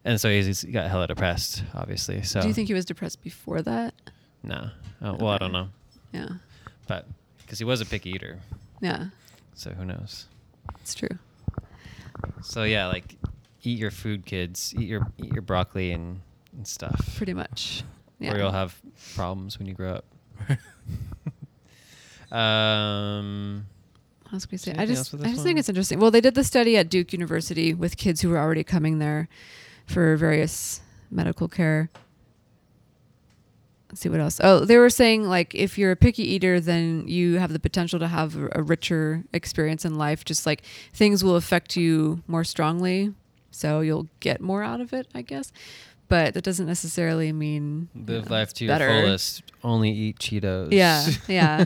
A: and so he's, he's got hella depressed, obviously. So
B: Do you think he was depressed before that?
A: no? Oh, well, I
B: Okay.
A: don't know,
B: Yeah.
A: but because he was a picky eater,
B: Yeah.
A: so who knows?
B: It's true.
A: So yeah, like eat your food, kids. Eat your eat your broccoli and, and stuff.
B: Pretty much. Yeah.
A: or you'll have problems when you grow
B: [laughs]
A: up. um,
B: I was gonna say. I
A: Anything else
B: just,
A: with
B: I
A: this
B: just
A: one?
B: think it's interesting. Well, they did the study at Duke University with kids who were already coming there for various medical care. Let's see what else. Oh, they were saying like if you're a picky eater, then you have the potential to have a, a richer experience in life. Just like things will affect you more strongly, so you'll get more out of it, I guess. But that doesn't necessarily mean you
A: live
B: know,
A: life
B: it's
A: to your
B: better.
A: fullest. Only eat Cheetos. [laughs]
B: Yeah, yeah.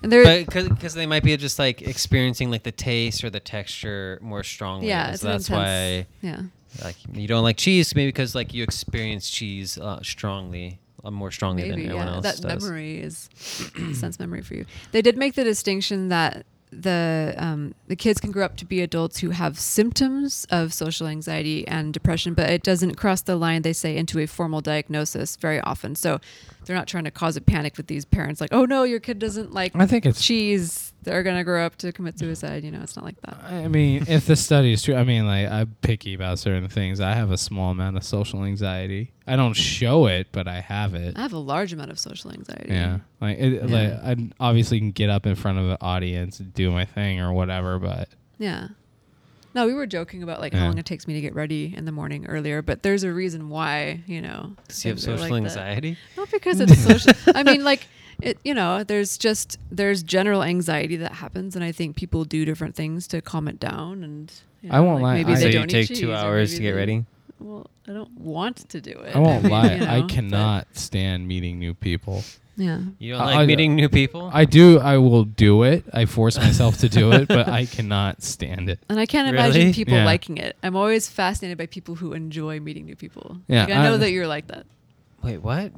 B: and there,
A: but because they might be just like experiencing like the taste or the texture more strongly.
B: yeah,
A: And
B: it's
A: so
B: an
A: that's
B: intense- yeah.
A: why like you don't like cheese maybe because like you experience cheese uh, strongly, uh, more strongly than anyone else
B: that
A: does.
B: memory is [clears throat] sense memory for you. They did make the distinction that the um, the kids can grow up to be adults who have symptoms of social anxiety and depression, but it doesn't cross the line. They say into a formal diagnosis very often. So they're not trying to cause a panic with these parents, like, oh no, your kid doesn't like
C: I think
B: [laughs]
C: it's.
B: cheese. They're gonna grow up to commit suicide. You know, it's not like
A: Uh,
B: that.
C: I mean, if the study is true, I mean, like I'm picky about certain things. I have a small amount of social anxiety. I don't show it, but I have it.
B: I have a large amount of social anxiety.
C: Yeah, like it, like
A: Yeah.
C: I obviously can get up in front of an audience and do my thing or whatever, but
B: Yeah. No, we were joking about like
C: Yeah.
B: how long it takes me to get ready in the morning earlier, but the's a reason why, you know.
A: Does he have
B: things are
A: social
B: like that.
A: anxiety?
B: Not
A: [laughs]
B: because it's social. I mean, like it, you know, there's just there's general anxiety that happens, and I think people do different things to calm it down. And you know,
C: I
B: like,
C: won't lie,
B: Maybe
C: I-
A: so
B: they
A: you
B: don't eat
A: take
B: cheese,
A: two
B: or
A: hours to
B: maybe
A: get
B: they-
A: ready.
B: Well, I don't want to do it.
C: I won't
B: mean, [laughs]
C: lie.
B: you know,
C: I
B: but-
C: cannot stand meeting new people.
B: yeah.
A: You don't
C: I-
A: like
C: I-
A: meeting new people.
C: I do. I will do it. I force myself to do it,
B: [laughs]
C: but I cannot stand it.
B: And I can't
A: Really?
B: imagine people
C: Yeah.
B: liking it. I'm always fascinated by people who enjoy meeting new people.
C: Yeah,
B: like, I know
C: I-
B: that you're like that.
A: Wait, what?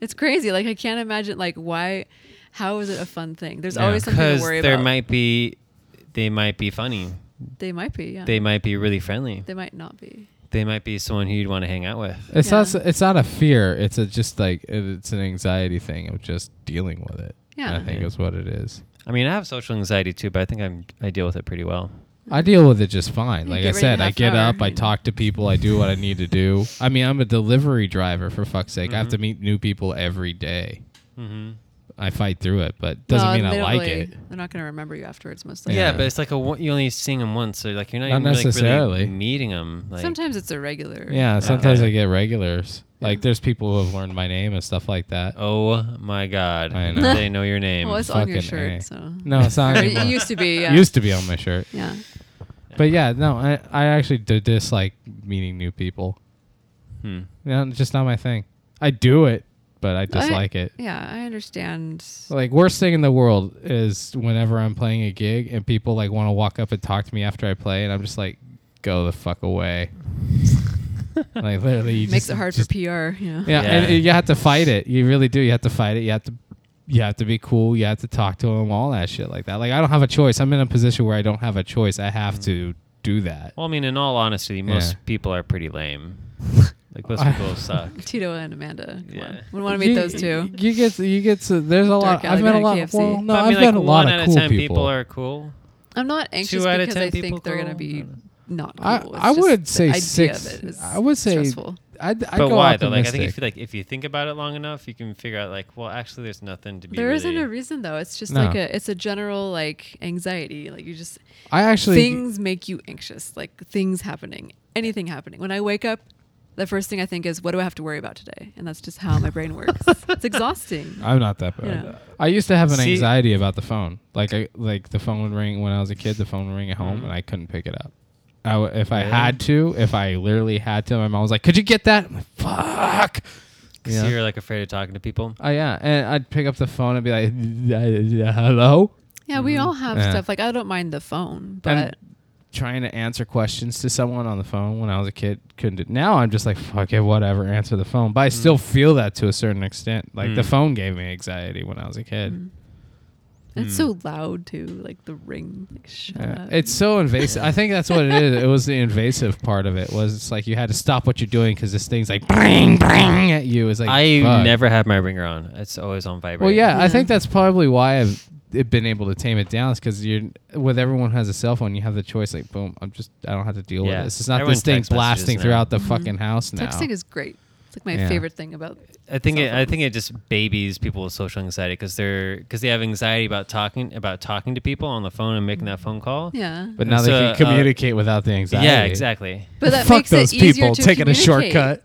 B: It's crazy. Like I can't imagine like why how is it a fun thing? There's
C: Yeah.
B: always something to
A: Because
B: worry
A: there
B: about.
A: might be, they might be funny.
B: they might be, yeah. They,
A: They might be really friendly.
B: might not be.
A: They might be someone who you'd want to hang out with.
C: It's not.
B: Yeah.
C: It's not a fear. It's a just like it- it's an anxiety thing of just dealing with it.
B: Yeah.
C: I think is what it is.
A: I mean, I have social anxiety too, but I think I'm I deal with it pretty well.
C: I deal with it just fine.
B: You
C: Like
B: get
C: I
B: ready
C: said,
B: in a
C: I
B: half
C: get
B: hour,
C: up, I
B: you know.
C: talk to people, I do what I need to do. I
B: Mm-hmm.
C: mean, I'm a delivery driver for fuck's sake. I have to meet new people every day.
A: Mm-hmm.
C: I fight through it, but doesn't
B: No,
C: mean
B: they
C: I
B: don't
C: like
B: really-
C: it.
B: They're not going to remember you afterwards, most
A: Yeah,
B: likely.
C: Yeah.
A: but it's like a one- you only seeing them once, so like you're not,
C: Not
A: even like, really
C: necessarily.
A: meeting them. Like,
B: Sometimes it's irregular.
C: Yeah, sometimes
A: Okay.
C: I get regulars. Like there's people who have learned my name and stuff like that.
A: oh my god,
C: I know.
A: they know your name.
B: [laughs] Well, Oh, it's on your
C: Fucking
B: shirt,
C: A.
B: so. [laughs]
C: No, it's not
B: Or it
C: anymore.
B: used to be. Yeah.
C: Used to be on my shirt.
B: yeah.
C: But yeah, no, I, I actually do dislike meeting new people.
A: Hmm.
C: No, it's just not my thing. I do it, but I dislike it.
B: Yeah, I understand.
C: Like worst thing in the world is whenever I'm playing a gig and people like want to walk up and talk to me after I play, and I'm just like, go the fuck away. [laughs] like literally, you
B: Makes
C: just-
B: it hard
C: just-
B: for PR. Yeah.
C: Yeah, and
A: Yeah.
C: you have to fight it. You really do. You have to fight it. You have to. You have to be cool. You have to talk to them. All that shit like that. Like I don't have a choice. I'm in a position where I don't have a choice. I have to do that.
A: Well, I mean, in all honesty, most
C: Yeah.
A: people are pretty lame. Like
C: [laughs]
A: most
C: I-
A: people suck.
B: Tito and Amanda. Come
A: Yeah.
B: on. We want to meet
C: You-
B: those two.
C: You get. To, you get. To, there's a lot.
B: alley
C: I've met a
B: behind
C: lot.
B: KFC.
C: Well, no,
A: but I mean,
C: I've
A: like
C: met a lot
A: one
C: of
A: out
C: cool
A: of ten
C: people.
A: are cool.
B: I'm not anxious
A: out of
B: because
A: 10
B: I think
A: people
B: they're going to
A: go?
B: be not cool.
C: I-
B: It's
C: I
B: just
C: would
B: the
C: say
B: idea of
C: six-
B: it is
C: I would say-
B: stressful.
C: I'd, I'd
A: but
C: go
A: why though? Like I think
C: optimistic.
A: if you like if you think about it long enough, you can figure out like, well, actually, there's nothing to be.
B: There
A: really,
B: not a reason though. It's just
C: No.
B: like a it's a general like anxiety. Like you just
C: I actually
B: things make you anxious. Like things happening, anything happening. When I wake up, the first thing I think is, what do I have to worry about today? And that's just how my
C: [laughs]
B: brain works. it's exhausting.
C: I'm not that bad.
B: Yeah.
C: I used to have an
A: See-
C: anxiety about the phone. Like I like the phone would ring when I was a kid. The phone would ring at home,
A: Mhm.
C: and I couldn't pick it up. I w- if I
A: Really?
C: had to, if I literally had to, my mom was like, "Could you get that?" I'm like, "Fuck."
A: 'Cause
C: Yeah.
A: you're like afraid of talking to people.
C: Oh yeah, and I'd pick up the phone and be like, [laughs] "Hello,"
B: Yeah, we all have
C: mm-hmm. Yeah.
B: stuff. Like I don't mind the phone, but
C: and trying to answer questions to someone on the phone when I was a kid couldn't. Do- now I'm just like, "Fuck it, whatever." Answer the phone, but I still feel that to a certain extent. Like the
A: Mm.
C: phone gave me anxiety when I was a kid.
B: mm. it's so loud too. Like the ring. Like, shut
C: Mm. Yeah.
B: up.
C: It's so invasive. I think that's what it is. It was the invasive part of it. Was it's like you had to stop what you're doing because this thing's like bring bring at you. It's like
A: I
C: fuck.
A: never have my ringer on. It's always on vibrate.
C: Well, yeah,
B: Yeah.
C: I think that's probably why I've it been able to tame it down. Is because you're with everyone who has a cell phone, you have the choice. Like boom, I'm just I don't have to deal
A: Yeah.
C: with this. It's not
A: Everyone
C: this thing
A: text messages
C: blasting
A: now.
C: throughout the
B: Mhm.
C: fucking house
B: [laughs]
C: now.
B: texting is great. It's like my
C: Yeah.
B: favorite thing about.
A: I think
B: cell
A: it, I think it just babies people with social anxiety because they're because they have anxiety about talking about talking to people on the phone and making that phone call.
B: Yeah.
C: but now
A: It's
C: they
A: a-
C: can
A: uh,
C: communicate without the anxiety.
A: Yeah, exactly.
B: But that
C: Fuck
B: makes
C: those
B: it easier
C: people
B: to
C: taking a
B: communicate.
C: shortcut.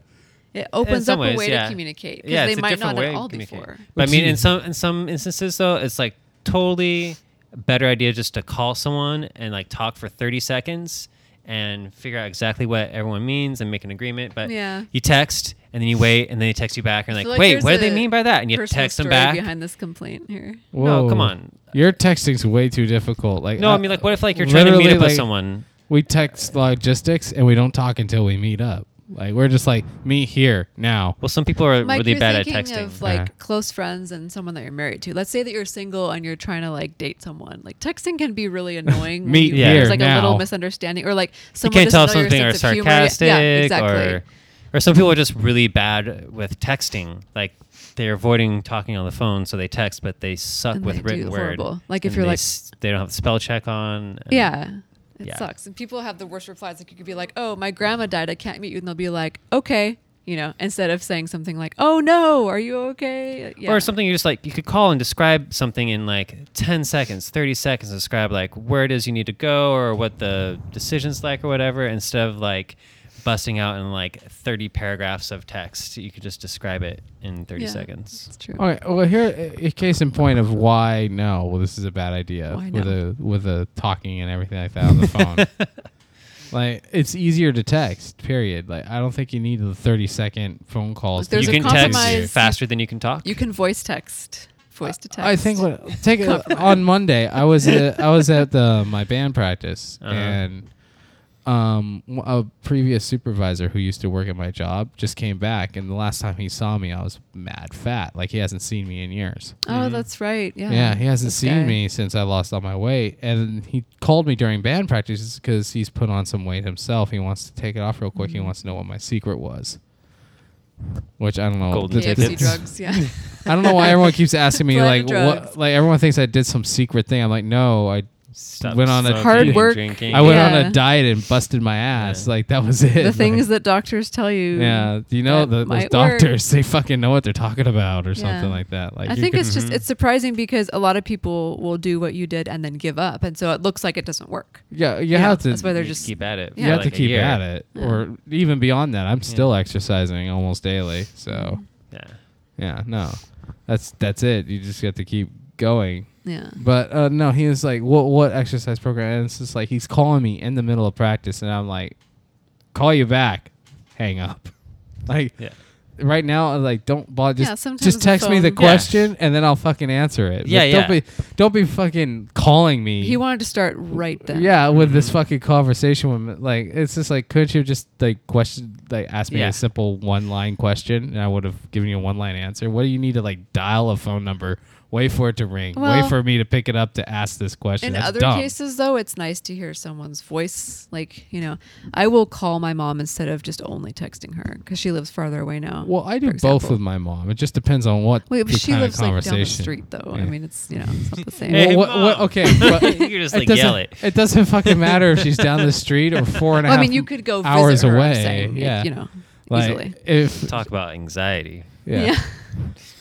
B: It opens
A: some
B: up
A: ways,
B: a way
A: yeah.
B: to communicate because
A: Yeah,
B: they
A: it's a
B: might
A: different
B: not
A: way
B: at
A: to
B: all
A: communicate.
B: before.
A: But I mean,
C: [laughs]
A: in
C: Which-
A: some in some instances though, it's like totally a better idea just to call someone and like talk for thirty seconds and figure out exactly what everyone means and make an agreement. But
B: Yeah.
A: you text and then you wait and then they text you back and
B: I
A: like,
B: feel like
A: wait,
B: there's
A: what do they
B: a
A: mean by that? And you
B: personal
A: text them
B: story
A: back.
B: behind this complaint here.
A: No, come
C: Whoa.
A: on.
C: Your texting's way too difficult. Like
A: Uh, No, I mean like what if like you're trying to meet
C: Uh, literally,
A: up with
C: like,
A: someone?
C: We text logistics and we don't talk until we meet up. Like we're just like meet here now.
A: Well, some people are
B: Mike,
A: really
B: you're
A: bad at
B: thinking
A: texting.
B: of like
C: Yeah.
B: close friends and someone that you're married to. Let's say that you're single and you're trying to like date someone. Like texting can be
C: [laughs]
B: really annoying. when
C: Meet
B: you-
A: here
B: There's like a little
C: now.
B: misunderstanding or like
A: you
B: someone
A: can't tell if
B: doesn't know
A: something
B: your
A: are
B: sense of humor yet.
A: sarcastic
B: Yeah, exactly.
A: or or some people are just really bad with texting like they're avoiding talking on the phone so they text but they suck
B: And
A: with
B: they do
A: written word
B: horrible. Like, if
A: And
B: you're
A: they
B: like-
A: s- they don't have the spell check on and-
B: Yeah. It
A: Yeah.
B: sucks. And people have the worst replies. Like you could be like, Oh, my grandma died, I can't meet you and they'll be like, Okay, you know, instead of saying something like, Oh no, are you okay? Yeah.
A: or something you just like you could call and describe something in like 10 seconds 30 seconds describe like where it is you need to go or what the decision's like or whatever instead of like busting out in like 30 paragraphs of text you could just describe it in 30
B: Yeah.
A: seconds
B: It's true.
C: All right. Well, here a case in point of why no. Well, this is a bad idea
B: Why
C: with
B: no?
C: a with a talking and everything like that on
A: [laughs]
C: the phone. like it's easier to text. Period. Like I don't think you need the thirty second phone calls.
B: Like, there's
C: to
A: you
B: a
A: can
C: get easier.
A: text
B: compromise.
A: faster than you can talk
B: You can voice text. Voice to text.
C: I think what, take it on Monday. I was at, I was at the my band practice
A: Uh-huh.
C: and um w- a previous supervisor who used to work at my job just came back and the last time he saw me I was mad fat like he hasn't seen me in years.
B: Oh, that's right. Yeah.
C: Mm-hmm. Yeah, he hasn't
B: This
C: seen
B: guy.
C: me since I lost all my weight and he called me during band practices cuz he's put on some weight himself. He wants to take it off real quick. He wants to know what my secret was. Which I don't know.
A: Golden
C: Th-
B: KFC
A: tickets.
C: that's-
B: drugs.
C: [laughs]
B: Yeah. [laughs]
C: I don't know why everyone keeps asking me
B: Plan
C: like
B: drugs.
C: what like everyone thinks I did some secret thing. I'm like, no, I
A: Stop
C: Went on a-
A: smoking
B: Hard
A: and
B: work.
A: Drinking.
C: I went on
B: Yeah.
C: a diet and busted my ass.
A: Yeah.
C: Like that was it.
B: The
C: Like,
B: things that doctors tell you.
C: Yeah, you know
B: that
C: the, those
B: might work.
C: doctors, they fucking know what they're talking about or
B: Yeah.
C: something like that. Like
B: I
C: you
B: think
C: could- Mm-hmm.
B: it's just it's surprising because a lot of people will do what you did and then give up, and so it looks like it doesn't work.
C: yeah, you
B: yeah,
C: have to
B: that's why they're
A: You
B: just-
A: keep at it.
B: You
C: you
B: yeah,
C: have
A: like
C: to keep at
A: it.
C: it, or even beyond that. I'm still exercising almost daily, so
A: Yeah.
C: yeah, no, that's that's it. You just have to keep going.
B: Yeah.
C: But uh, no, he was like, "What what exercise program?" And it's just like he's calling me in the middle of practice, and I'm like, "Call you back, hang up." [laughs] Like
A: Yeah.
C: right now, I'm like don't bother.
B: Yeah,
C: Just
B: sometimes
C: just
B: the
C: text me the
B: phone- Yeah.
C: question, and then I'll fucking answer it. But
A: Yeah,
C: don't
A: yeah.
C: be don't be fucking calling me.
B: He wanted to start right then.
C: yeah, with this
A: Mm-hmm.
C: fucking conversation with me. like it's just like could you just like question like ask me
A: Yeah.
C: a simple one line question and I would have given you a one line answer. What do you need to like dial a phone number, wait for it to ring,
B: Well-
C: wait for me to pick it up to ask this question.
B: In
C: That's
B: other
C: dumb.
B: cases, though, it's nice to hear someone's voice. Like, you know, I will call my mom instead of just only texting her because she lives farther away now.
C: well, I do
B: for
C: both
B: example.
C: with my mom. It just depends on what
B: Wait,
C: the
B: but she
C: kind
B: lives
C: of
B: like
C: conversation.
B: down the street, though. I
C: Yeah.
B: mean, it's you know, it's not the same.
A: Hey,
C: well, what, what,
A: Mom.
C: okay,
A: [laughs]
C: but
A: you could just like
C: doesn't-
A: yell it.
C: It doesn't fucking matter if she's
A: [laughs]
C: down the street or four and a
B: Well,
C: half
B: I mean, you could go visit
C: hours
B: her, I'm
C: away.
B: saying, if-
C: yeah,
B: you know,
C: like,
B: easily.
C: If
A: Talk about anxiety.
C: yeah.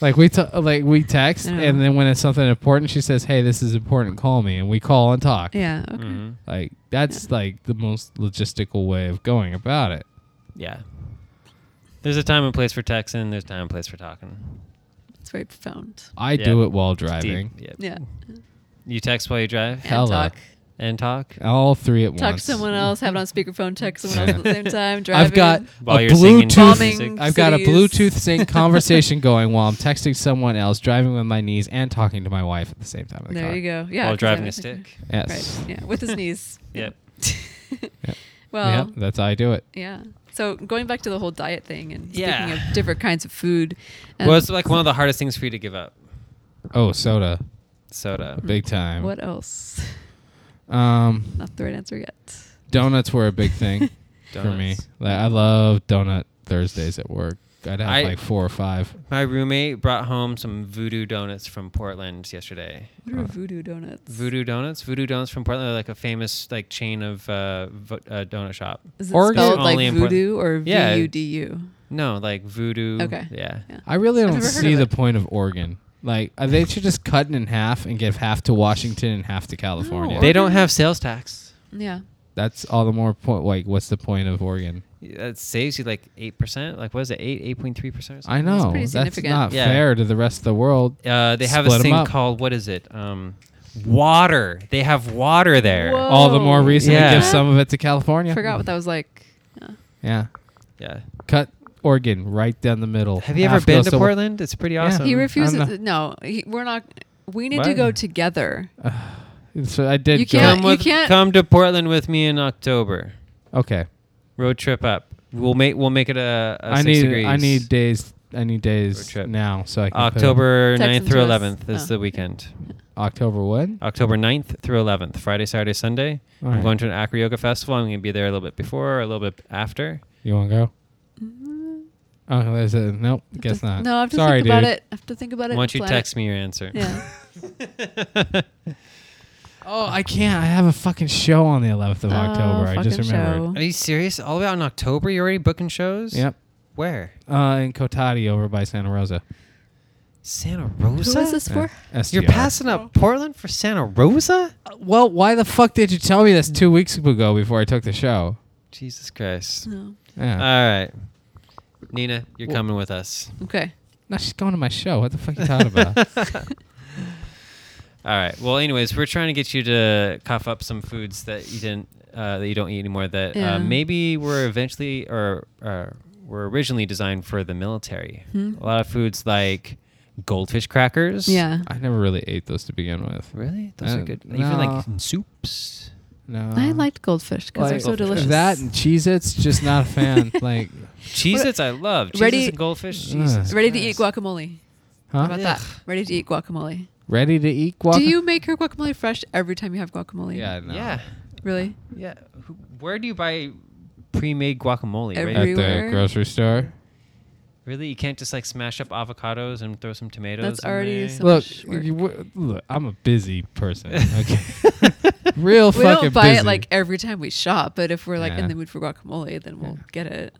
C: Like we t- like we text,
B: I know.
C: and then when it's something important, she says, "Hey, this is important. Call me," and we call and
B: [laughs]
C: talk.
B: yeah. Okay.
A: Mm-hmm.
C: Like that's like the most logistical way of going about it.
A: Yeah. There's a time and place for texting. There's time and place for talking.
B: It's very profound.
C: I
A: Yeah.
C: do it while
A: Deep.
C: driving.
A: Yep.
B: Yeah.
A: You text while you drive
B: And
C: Hella.
B: talk.
A: and talk.
C: All three at
B: Talk to
C: once.
B: someone else, have it on speakerphone, text someone
C: Yeah.
B: else at the same time, driving.
C: I've got
A: While
C: a
A: you're singing
C: Bluetooth.
A: music.
B: Bombing.
C: I've got a
B: cities. [laughs]
C: Bluetooth sync conversation going while I'm texting someone else, driving with my knees, and talking to my wife at the same time. in the
B: There
C: car.
B: you go. Yeah.
A: while driving a
B: exactly.
A: stick.
C: Yes.
B: Right. Yeah. With his knees.
A: [laughs]
C: [laughs]
A: Yep.
B: Well,
C: yeah, that's how I do it.
B: yeah. So going back to the whole diet thing and
A: Yeah.
B: speaking of different kinds of food. and-
A: Well, it's like one of the hardest things for you to give up.
C: Oh, soda,
A: Soda.
C: big time.
B: Mm. What else? [laughs]
C: Um,
B: Not the right answer yet.
C: donuts were a
B: [laughs]
C: big thing. for me.
A: Donuts.
C: Like, I love donut Thursdays at work. I'd have
A: I-
C: like four or five.
A: My roommate brought home some voodoo donuts from Portland yesterday.
B: What are
C: Uh,
B: voodoo donuts?
A: Voodoo donuts, voodoo donuts from Portland, are like a famous like chain of uh, vo- uh, donut shop.
B: Is it
C: Oregon-
B: spelled like
A: Only in Portland.
B: voodoo or V
A: Yeah.
B: U D U?
A: No, like voodoo.
B: Okay.
A: Yeah.
B: Yeah.
C: I really
B: I've
C: don't
B: never heard
C: see
B: of
C: the
B: it.
C: point of Oregon. Like uh, they should just cut it in half and give half to Washington and half to California.
B: No.
A: They don't have sales tax.
B: Yeah.
C: That's all the more point. Like, what's the point of Oregon?
A: Uh, It saves you like eight percent. Like what is it? Eight, eight point three percent.
C: I know
B: pretty
C: that's,
B: significant.
C: not
A: Yeah.
C: fair to the rest of the world.
A: Uh, they have
C: Split
A: a
C: 'em
A: thing
C: up.
A: called what is it? Um, water. They have water there. Oh,
B: Whoa.
C: All the more reason
A: Yeah.
C: to give some of it to California.
B: Oh. Forgot what that was like. Yeah.
C: Yeah,
A: Yeah.
C: cut Oregon right down the middle.
A: Have you ever
C: Half
A: been
C: goes
A: to Portland? It's pretty
C: Yeah.
A: awesome.
B: He
C: Um,
B: refuses.
C: I'm
B: no, he, we're not. We need to
A: What?
B: go together.
C: [sighs] So I did.
B: You
C: go-
B: can't-
A: come with,
B: you can't-
A: come to Portland with me in October.
C: Okay,
A: Road trip up. We'll make we'll make it a, a
C: I
A: Uh, six
C: need.
A: degrees.
C: I need days. I need
A: Road
C: days
A: trip.
C: now so I can put 'em-
A: October
B: Text
A: 9th
B: them
A: through
B: to us.
A: 11th is
B: Oh.
A: the weekend.
C: October when?
A: October 9th through 11th, Friday, Saturday, Sunday.
C: All
A: I'm
C: right.
A: going to an Acro Yoga Festival. I'm going to be there a little bit before or a little bit after.
C: You want to go?
B: Mm-hmm.
C: Oh, there's a nope. Guess not.
B: No, I have to
C: Sorry,
B: think about
C: dude.
B: it. I have to think about it.
A: Why don't you
B: plan
A: text me your answer?
B: It. Yeah.
C: Oh, I can't. I have a fucking show on the 11th of
B: Oh,
C: October. I just
B: fucking
A: [laughs]
C: remembered.
A: Are you serious? All the way out in October? You're already booking shows?
C: Yep.
A: Where?
C: Uh, in Cotati over by Santa Rosa.
A: Santa
B: Who
A: Rosa?
B: is this for?
C: Uh,
A: You're
C: STR.
A: passing up Portland for Santa Rosa?
C: Uh, Well, why the fuck did you tell me this
B: Mm.
C: two weeks ago before I took the show?
A: Jesus Christ.
B: No.
A: All
C: Yeah.
A: right. Nina, you're
C: Wh-
A: coming with us.
B: Okay.
C: no, she's going to my show. What the fuck you
A: [laughs]
C: talking about?
B: [laughs]
A: All right. Well, anyways, we're trying to get you to cough up some foods that you didn't, uh, that you don't eat anymore. That
B: Yeah.
A: uh, maybe were eventually or uh, were originally designed for the military.
B: Hmm?
A: A lot of foods like goldfish crackers.
B: Yeah.
C: I never really ate those to begin with.
A: Really? Those
C: Uh,
A: are good. Even like
C: no.
A: in soups.
C: No.
B: I liked goldfish because they're
C: Like,
B: so delicious.
C: Uh, That and Cheez Its, just not a
B: [laughs]
C: fan. like,
A: Cheez-Its I love. Cheez-Its
B: Ready-
A: and goldfish.
C: Ugh.
A: Jesus
B: Ready to eat
A: Christ.
B: guacamole. How
C: huh?
B: about that? Ready to eat guacamole.
C: Ready to eat guac?
B: Do you make your guacamole fresh every time you have guacamole?
C: Yeah, no.
A: Yeah.
B: Really?
A: Yeah. Who- Where do you buy pre-made guacamole?
B: Every-
A: Right?
C: At the
B: Everywhere.
C: grocery store.
A: Really? You can't just like smash up avocados and throw some tomatoes.
B: That's
A: in
B: already
A: there?
B: so
C: look,
B: much
A: [laughs]
B: work.
C: you- w- look, I'm a busy person. Okay, [laughs] Real
B: we
C: fucking
B: don't buy
C: busy.
B: it like every time we shop, but if we're like
C: Yeah.
B: in the mood for guacamole, then we'll get it.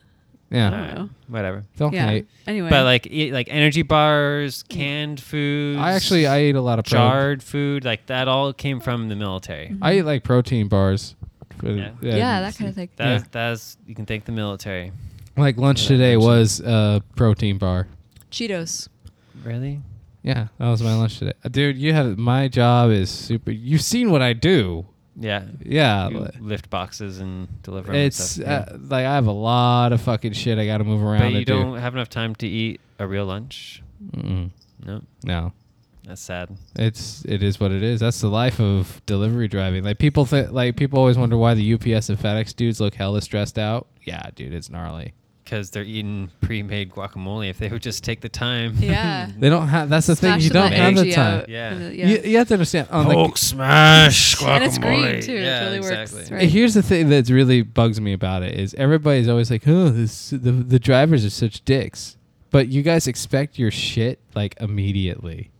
C: yeah.
B: I don't know.
A: Whatever.
C: Don't
B: Yeah.
C: hate.
B: Anyway,
A: But like e- like energy bars, canned foods.
C: I actually I ate a lot of pro-
A: jarred food, like that all came from the military.
B: Mm-hmm.
C: I eat like protein bars. for-
A: Yeah.
B: yeah, that kind of thing.
A: That's
C: Yeah.
A: that's you can thank the military.
C: Like lunch
A: Yeah,
C: today
A: actually.
C: was a uh, protein bar.
B: Cheetos.
A: Really?
C: Yeah, that was my lunch today, Uh, dude. You have my job is super. You've seen what I do.
A: Yeah.
C: Yeah,
A: You
C: li-
A: lift boxes and deliver. 'em and
C: it's
A: stuff. Yeah.
C: uh, like I have a lot of fucking shit I got to move around.
A: but
C: to
A: you
C: do.
A: don't have enough time to eat a real lunch.
C: Mm-mm.
A: No,
C: No,
A: that's sad.
C: it's it is what it is. That's the life of delivery driving. Like people think, like people always wonder why the UPS and FedEx dudes look hella stressed out. Yeah, dude, it's gnarly.
A: Because they're eating pre-made guacamole. If they would just take the time. [laughs]
C: [laughs]
B: Yeah.
C: They don't have. That's the thing.
B: Smash
C: You
B: the
C: don't have the
B: energy
C: time.
B: out.
A: Yeah.
B: And the-
C: You, you have to understand. oh, On the,
A: smash
B: [laughs] And it's green too.
A: Yeah,
B: it really
A: exactly.
B: works. Right?
C: eh, Here's the thing that really bugs me about it is everybody's always like, "Oh, this, the the drivers are such dicks," but you guys expect your shit like immediately.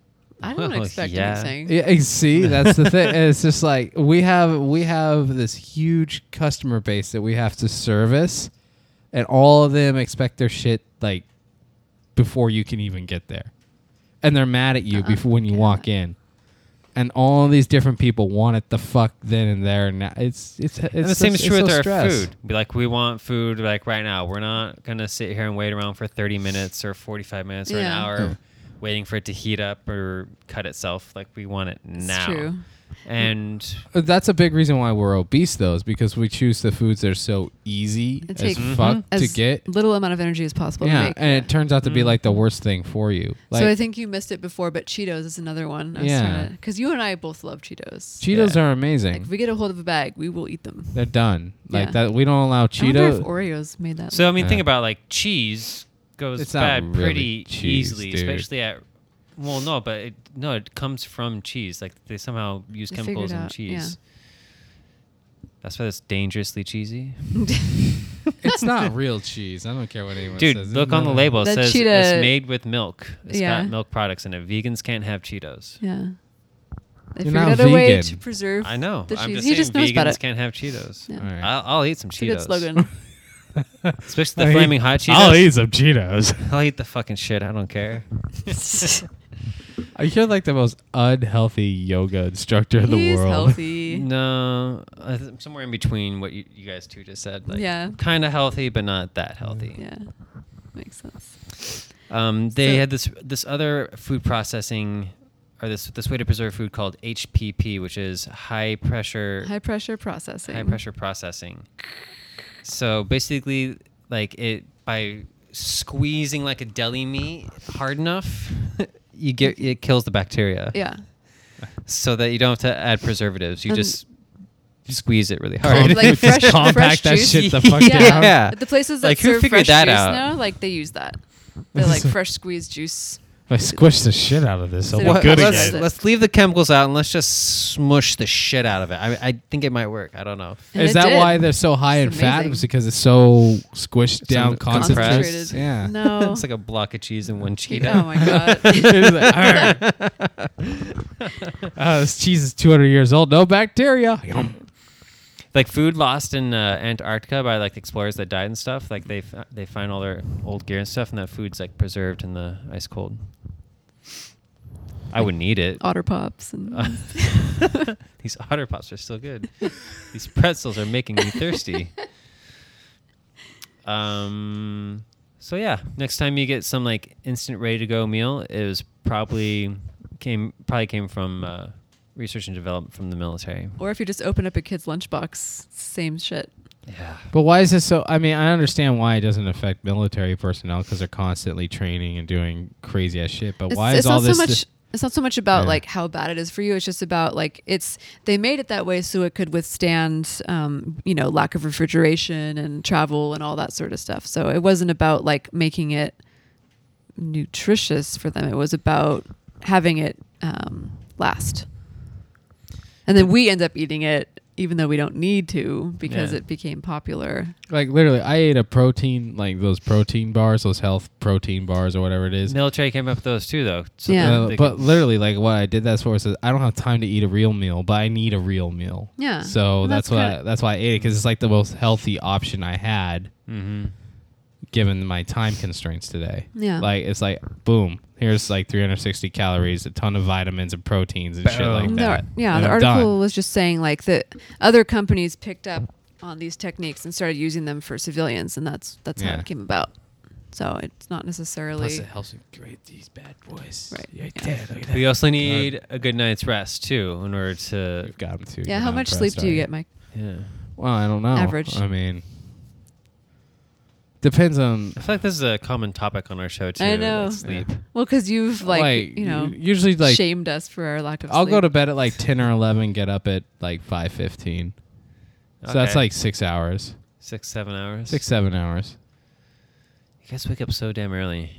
B: I don't
A: Well,
B: expect
A: yeah.
B: anything.
C: Yeah, [laughs] and see, that's the thing. And it's just like we have we have this huge customer base that we have to service, and all of them expect their shit like before you can even get there, and they're mad at you
B: Uh-uh.
C: before when you
B: Yeah.
C: walk in. And all these different people want it the fuck then and there. Now it's it's it's
A: and the same
C: so-
A: is
C: it's
A: true
C: so
A: with our
C: stress.
A: food. Be like, we want food like right now. We're not gonna sit here and wait around for thirty minutes or forty-five minutes or an
B: Yeah.
A: hour,
C: Yeah.
A: waiting for it to heat up or cut itself. Like we want it
B: It's
A: now.
B: true.
A: And
C: Uh, That's a big reason why we're obese, though, is because we choose the foods that are so easy
B: It
C: as
B: takes-
C: fuck
A: mm-hmm.
C: to
B: As
C: get.
B: little amount of energy as possible.
C: Yeah,
B: to make.
C: and it turns out to be
A: Mm.
C: like the worst thing for you. Like,
B: mm-hmm. so I think you missed it before, but Cheetos is another one.
C: Yeah.
B: Because you and I both love Cheetos.
C: Cheetos
A: Yeah.
C: are
B: like
C: amazing.
B: if we get a hold of a bag, we will eat them.
C: They're done. Like
B: Yeah.
C: that, we don't allow
B: I wonder if
C: Cheetos.
B: Oreos made that. [laughs]
A: So I mean,
C: Yeah.
A: think about like cheese goes
C: It's not
A: bad
C: really
A: pretty
C: cheese,
A: easily,
C: dude.
A: especially at. Well, no, but it, no, it comes from cheese. Like they somehow use
B: They
A: chemicals
B: figured
A: in
B: out,
A: cheese. That's why it's dangerously cheesy,
C: [laughs]
B: [laughs]
C: it's not real cheese. I don't care what anyone
A: dude.
C: says.
A: Look on the label. It
B: The
A: says
B: cheetah-
A: it's made with milk. It's
B: Yeah.
A: got milk products in it. Vegans can't have Cheetos.
B: yeah. They
C: You're
B: figured out
C: not
B: a way
C: vegan.
B: to preserve.
A: I know.
B: The
A: I'm
B: cheese.
A: just
B: he
A: saying
B: just knows
A: vegans
B: about it.
A: can't have Cheetos.
B: Yeah.
C: Alright.
A: I'll, I'll eat some
B: It's a
A: Cheetos,
B: good
A: [laughs]
B: slogan.
A: Uh, especially
C: [laughs]
A: the
C: I-
A: flaming hot Cheetos.
C: some
A: [laughs]
C: Cheetos.
A: I'll eat the fucking shit. I don't care.
C: You're like the most unhealthy yoga instructor in the
B: He's
C: world.
B: healthy.
A: No, I th- somewhere in between what you, you guys two just said. Like,
B: Yeah.
A: Kind of healthy, but not that healthy.
B: Yeah, makes sense.
A: Um, they
B: So-
A: had this this other food processing, or this this way to preserve food called HPP, which is high pressure
B: High pressure processing.
A: high pressure processing. So basically, like it by squeezing like a deli meat hard enough, [laughs] you get it kills the bacteria.
B: Yeah.
A: So that you don't have to add preservatives. You
B: Um,
A: just squeeze it really hard. [laughs]
B: Like
C: Just
B: fresh-
C: compact
B: fresh
C: that
B: juice? [laughs]
C: shit the fuck
A: Yeah.
C: down.
A: Yeah.
B: At the places that
A: Like, who
B: serve
A: figured
B: fresh
A: that
B: juice
A: out?
B: now, like they use that. They're like fresh squeezed juice.
C: [laughs] If I
B: [laughs]
C: squish the shit out of this, I'll
B: Well,
C: be
A: What-
C: good
A: let's,
C: again.
B: again.
A: let's leave the chemicals out and let's just smush the shit out of it. I, I think it might work. I don't know. [laughs]
B: And
C: Is
B: it
C: that
B: did.
C: why they're so high in
B: It's
C: fat?
B: amazing.
C: It's because it's so squished down,
A: un-
C: concentrated.
A: compressed.
C: Yeah.
B: No.
A: It's like a block of cheese
B: [laughs]
A: and one cheetah.
B: oh my god.
C: [laughs] It's like, "Arr." [laughs] Oh, this cheese is 200 years old. No bacteria.
A: Like food lost in uh, Antarctica by like explorers that died and stuff. Like they f- they find all their old gear and stuff, and that food's like preserved in the ice cold. I wouldn't eat it.
B: Otter pops and
A: [laughs] These otter pops are still good. These pretzels are making me thirsty. Um. So yeah, next time you get some like instant ready to go meal, it was probably came probably came from uh, research and development from the military.
B: or if you just open up a kid's lunchbox, same shit.
A: Yeah.
C: But why is this so? I mean, I understand why it doesn't affect military personnel because they're constantly training and doing crazy ass shit. But
B: It's,
C: why
B: it's
C: is all
B: not
C: this?
B: so much. it's not so much about
C: Yeah.
B: like how bad it is for you. It's just about like it's they made it that way so it could withstand, um, you know, lack of refrigeration and travel and all that sort of stuff. So it wasn't about like making it nutritious for them. It was about having it um, last, and then we end up eating it even though we don't need to because
A: Yeah.
B: it became popular.
C: Like literally, I ate a protein like those protein bars, those health protein bars or whatever it is.
A: Military came up with those too, though. So
B: Yeah.
A: that
C: Uh,
A: they
C: but
A: could-
C: literally, like what I did that for was I don't have time to eat a real meal, but I need a real meal.
B: Yeah.
C: So
B: And
C: that's,
B: that's
C: why
B: kinda-
C: that's why I ate it because it's like the most healthy option I had,
A: Mhm.
C: given my time constraints today.
B: Yeah.
C: Like it's like boom, here's like 360 calories, a ton of vitamins and proteins and shit
A: Boom.
C: like
B: The-
C: that.
B: yeah,
C: And
B: the
C: I'm done.
B: article was just saying like that other companies picked up on these techniques and started using them for civilians, and that's that's how
C: Yeah.
B: it came about. So it's not necessarily
C: helps me create these bad boys.
B: Right, Yeah, yeah. yeah,
C: look at
A: we also need a good night's rest too in order to.
C: We've got them too.
B: yeah.
C: We're
B: How
C: not
B: much
C: pressed
B: sleep do you
C: already.
B: get, Mike?
A: Yeah.
C: Well, I don't know.
B: Average.
C: I mean, depends on
A: I feel like this is a common topic on our show too.
B: I know.
A: Sleep.
B: Well, because you've like, you know
C: u- usually like
B: shamed us for our lack of.
C: I'll go
B: sleep.
C: to bed at like ten or eleven, get up at like five fifteen. So that's
A: Okay.
C: like six hours,
A: six, seven hours.
C: six seven hours.
A: You guys wake up so damn early.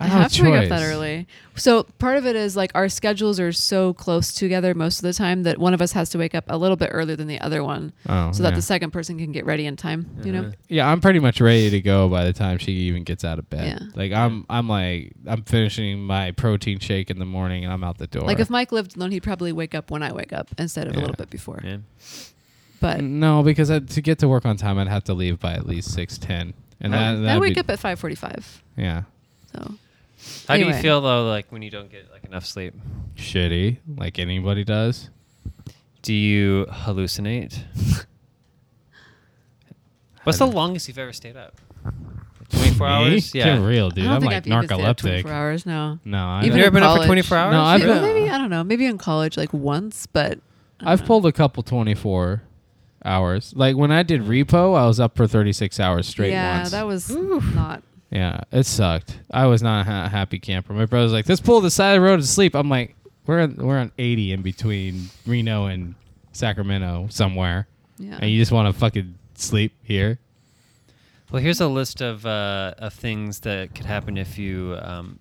B: I,
C: don't
B: have to wake up that
C: choice.
B: early. So part of it is like our schedules are so close together most of the time that one of us has to wake up a little bit earlier than the other one,
C: Oh,
B: so
C: yeah.
B: that the second person can get ready in time. You know.
A: Uh-huh.
C: yeah, I'm pretty much ready to go by the time she even gets out of bed.
B: Yeah.
C: Like I'm, I'm like I'm finishing my protein shake in the morning, and I'm out the door.
B: Like if Mike lived alone, he'd probably wake up when I wake up instead of a
C: Yeah.
B: little bit before.
A: Yeah.
B: But
C: no, because I, to get to work on time, I'd have to leave by at least six ten, and
A: Oh.
C: that
B: I
C: that'd
B: wake
C: be,
B: up at five forty-five.
C: yeah,
B: So
A: How do you
B: Anyway.
A: feel though, like when you don't get like enough sleep?
C: shitty, like anybody does.
A: Do you hallucinate?
B: [laughs]
A: What's the longest you've ever stayed up? Twenty-four
C: Me?
A: hours. Yeah.
C: [laughs] Get real, dude.
B: I don't
C: I'm
B: think
C: like
B: I've even stayed up
C: narcoleptic.
B: twenty-four hours now.
C: No, I
A: You've
B: Even
C: don't-
A: never
B: in
A: been up for
B: college.
A: 24 hours?
C: No, I've
B: maybe,
C: been-
B: maybe- I don't know. Maybe in college, like once, but I don't
C: I've
B: know.
C: pulled a couple 24 hours. Like when I did repo, I was up for 36 hours straight
B: Yeah,
C: once.
B: that was not.
C: yeah, it sucked. I was not a ha- happy camper. My brother's like, let's pull the side of the road to sleep. I'm like, we're on, we're on 80 in between Reno and Sacramento somewhere.
B: Yeah.
C: And you just want to fucking sleep here.
A: Well, here's a list of uh, of things that could happen if you um,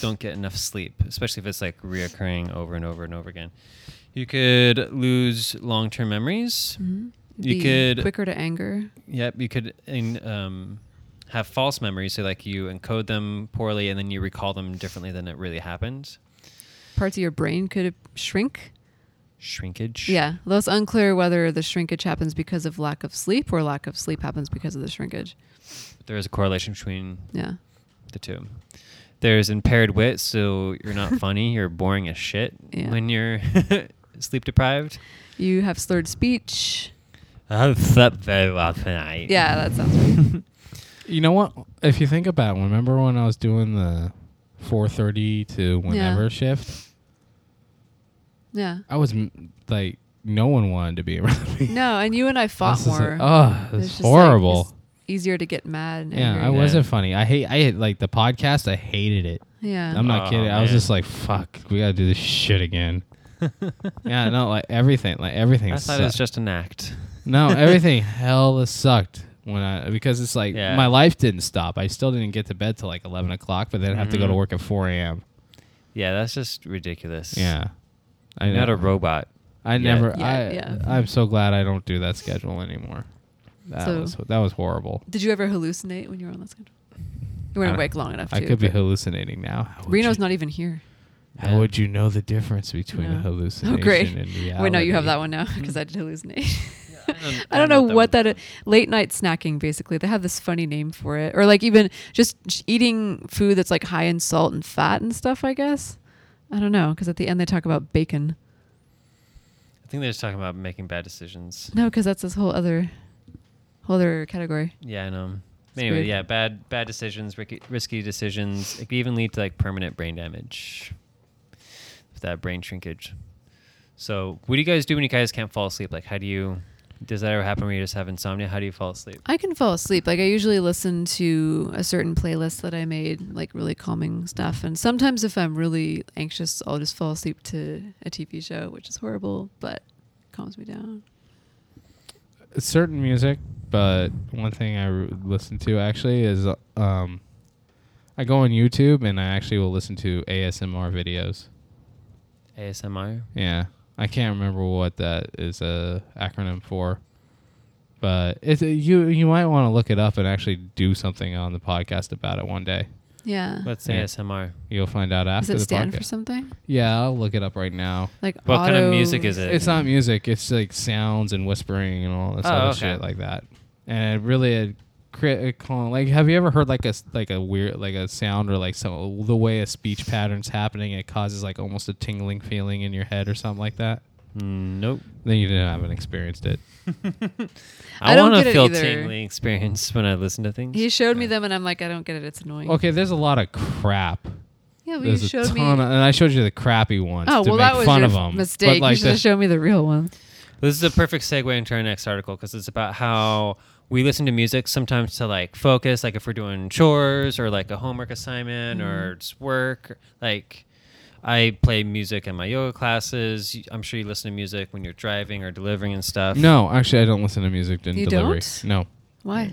A: don't get enough sleep, especially if it's like reoccurring over and over and over again. You could lose long term memories.
B: Mhm.
A: You
B: Be
A: could-
B: quicker to anger.
A: Yep, you could in, um, have false memories, so like you encode them poorly and then you recall them differently than it really happened.
B: Parts of your brain could shrink.
A: Shrinkage.
B: Yeah, though it's unclear whether the shrinkage happens because of lack of sleep or lack of sleep happens because of the shrinkage.
A: There is a correlation between
B: Yeah.
A: the two. There's impaired wit, so you're
B: [laughs]
A: not funny, you're boring as shit
B: Yeah.
A: when you're [laughs] sleep deprived.
B: You have slurred speech.
A: I slept very well tonight. [laughs]
B: Yeah, that sounds right.
C: You know what? If you think about it, remember when I was doing the 4.30 to whenever shift?
B: Yeah.
C: I was m- like, no one wanted to be around me. [laughs]
B: No, and you and I fought
C: This is
B: more.
C: a- oh,
B: It's
C: it's
B: just, like,
C: horrible.
B: it's easier to get mad and
C: yeah,
B: angry.
C: I wasn't
A: Yeah.
C: funny. I hate. I hate like the podcast. I hated it.
B: yeah.
C: I'm not
A: Oh,
C: kidding. I was
A: man.
C: just like, fuck, we gotta do this shit again. yeah, no, like everything, like everything.
A: I thought it was
C: sucked.
A: just an act. [laughs]
C: no, everything hella sucked when I because it's like
A: Yeah.
C: my life didn't stop. I still didn't get to bed till like 11 o'clock, but then I have to go
A: Mhm.
C: to work at 4 a.m.
A: Yeah, that's just ridiculous.
C: Yeah, I
A: You're not
C: ne-
A: a robot.
C: I
A: yet.
C: never.
B: Yeah,
C: I.
B: yeah.
C: I'm so glad I don't do that schedule anymore. That
B: So-
C: was that was horrible.
B: Did you ever hallucinate when you were on that schedule? You
C: I-
B: weren't awake long enough.
C: I
B: to,
C: could be
B: but
C: hallucinating now. How
B: [laughs]
C: would
B: Reno's
C: you
B: not even here.
C: How
A: Yeah.
C: would you know the difference between
B: No. [laughs]
C: a
B: Oh,
C: hallucination
B: great.
C: and
B: [laughs]
C: reality?
B: Wait, no, you have that one now because I did hallucinate.
A: I
B: [laughs]
A: don't-
B: I don't know what
A: that
B: that late night snacking basically. They have this funny name for it, or like even just j- eating food that's like high in salt and fat and stuff. I guess I don't know because at the end they talk about bacon.
A: I think they're just talking about making bad decisions.
B: No, because that's this whole other, whole other category.
A: Yeah, I know.
B: It's
A: Anyway,
B: weird.
A: yeah, bad bad decisions, risky, risky decisions. It could even lead to like permanent brain damage. With that brain shrinkage. So, what do you guys do when you guys can't fall asleep? Like, how do you? Does that ever happen where you just have insomnia? How do you fall asleep?
B: I can fall asleep. Like I usually listen to a certain playlist that I made, like really calming stuff. And sometimes if I'm really anxious, I'll just fall asleep to a TV show, which is horrible, but calms me down.
C: Certain music, but one thing I r- listen to actually is uh, um, I go on YouTube and I actually will listen to ASMR videos.
A: ASMR.
C: Yeah, I can't remember what that is a acronym for, but it's a, you you might want to look it up and actually do something on the podcast about it one day.
B: Yeah.
A: What's
C: Yeah.
A: ASMR?
C: You'll find out
B: Does
C: after
B: it
C: the
B: stand
C: podcast.
B: for something?
C: yeah, I'll look it up right now.
B: Like
A: What kind of
B: auto-
A: music is it?
C: It's not music. It's like sounds and whispering and all this
A: Oh,
C: other
A: okay.
C: shit like that. And it really it cre- it con- like have you ever heard like a s- like a weird like a sound or like some the way a speech pattern's happening it causes like almost a tingling feeling in your head or something like that.
A: Mm, Nope.
C: Then you didn't haven't experienced it.
A: I,
B: I don't
A: want
B: get
A: to
B: it
A: feel
B: either.
A: tingly experience when I listen to things.
B: He showed me them, and I'm like, I don't get it. It's annoying.
C: Okay, there's a lot of crap.
B: Yeah, well, you
C: There's a
B: showed
C: ton,
B: me.
C: of, and I showed you the crappy ones
B: oh
C: to
B: well,
C: make
B: that was
C: fun
B: your
C: of them.
B: mistake.
C: But like
B: you should have
C: the-
B: shown me the real one.
A: This is a perfect segue into our next article because it's about how we listen to music sometimes to like focus, like if we're doing chores or like a homework assignment or just work. Like I play music in my yoga classes. You- I'm sure you listen to music when you're driving or delivering and stuff.
C: no, actually, I don't listen to music in
B: You
C: delivery.
B: don't? Why?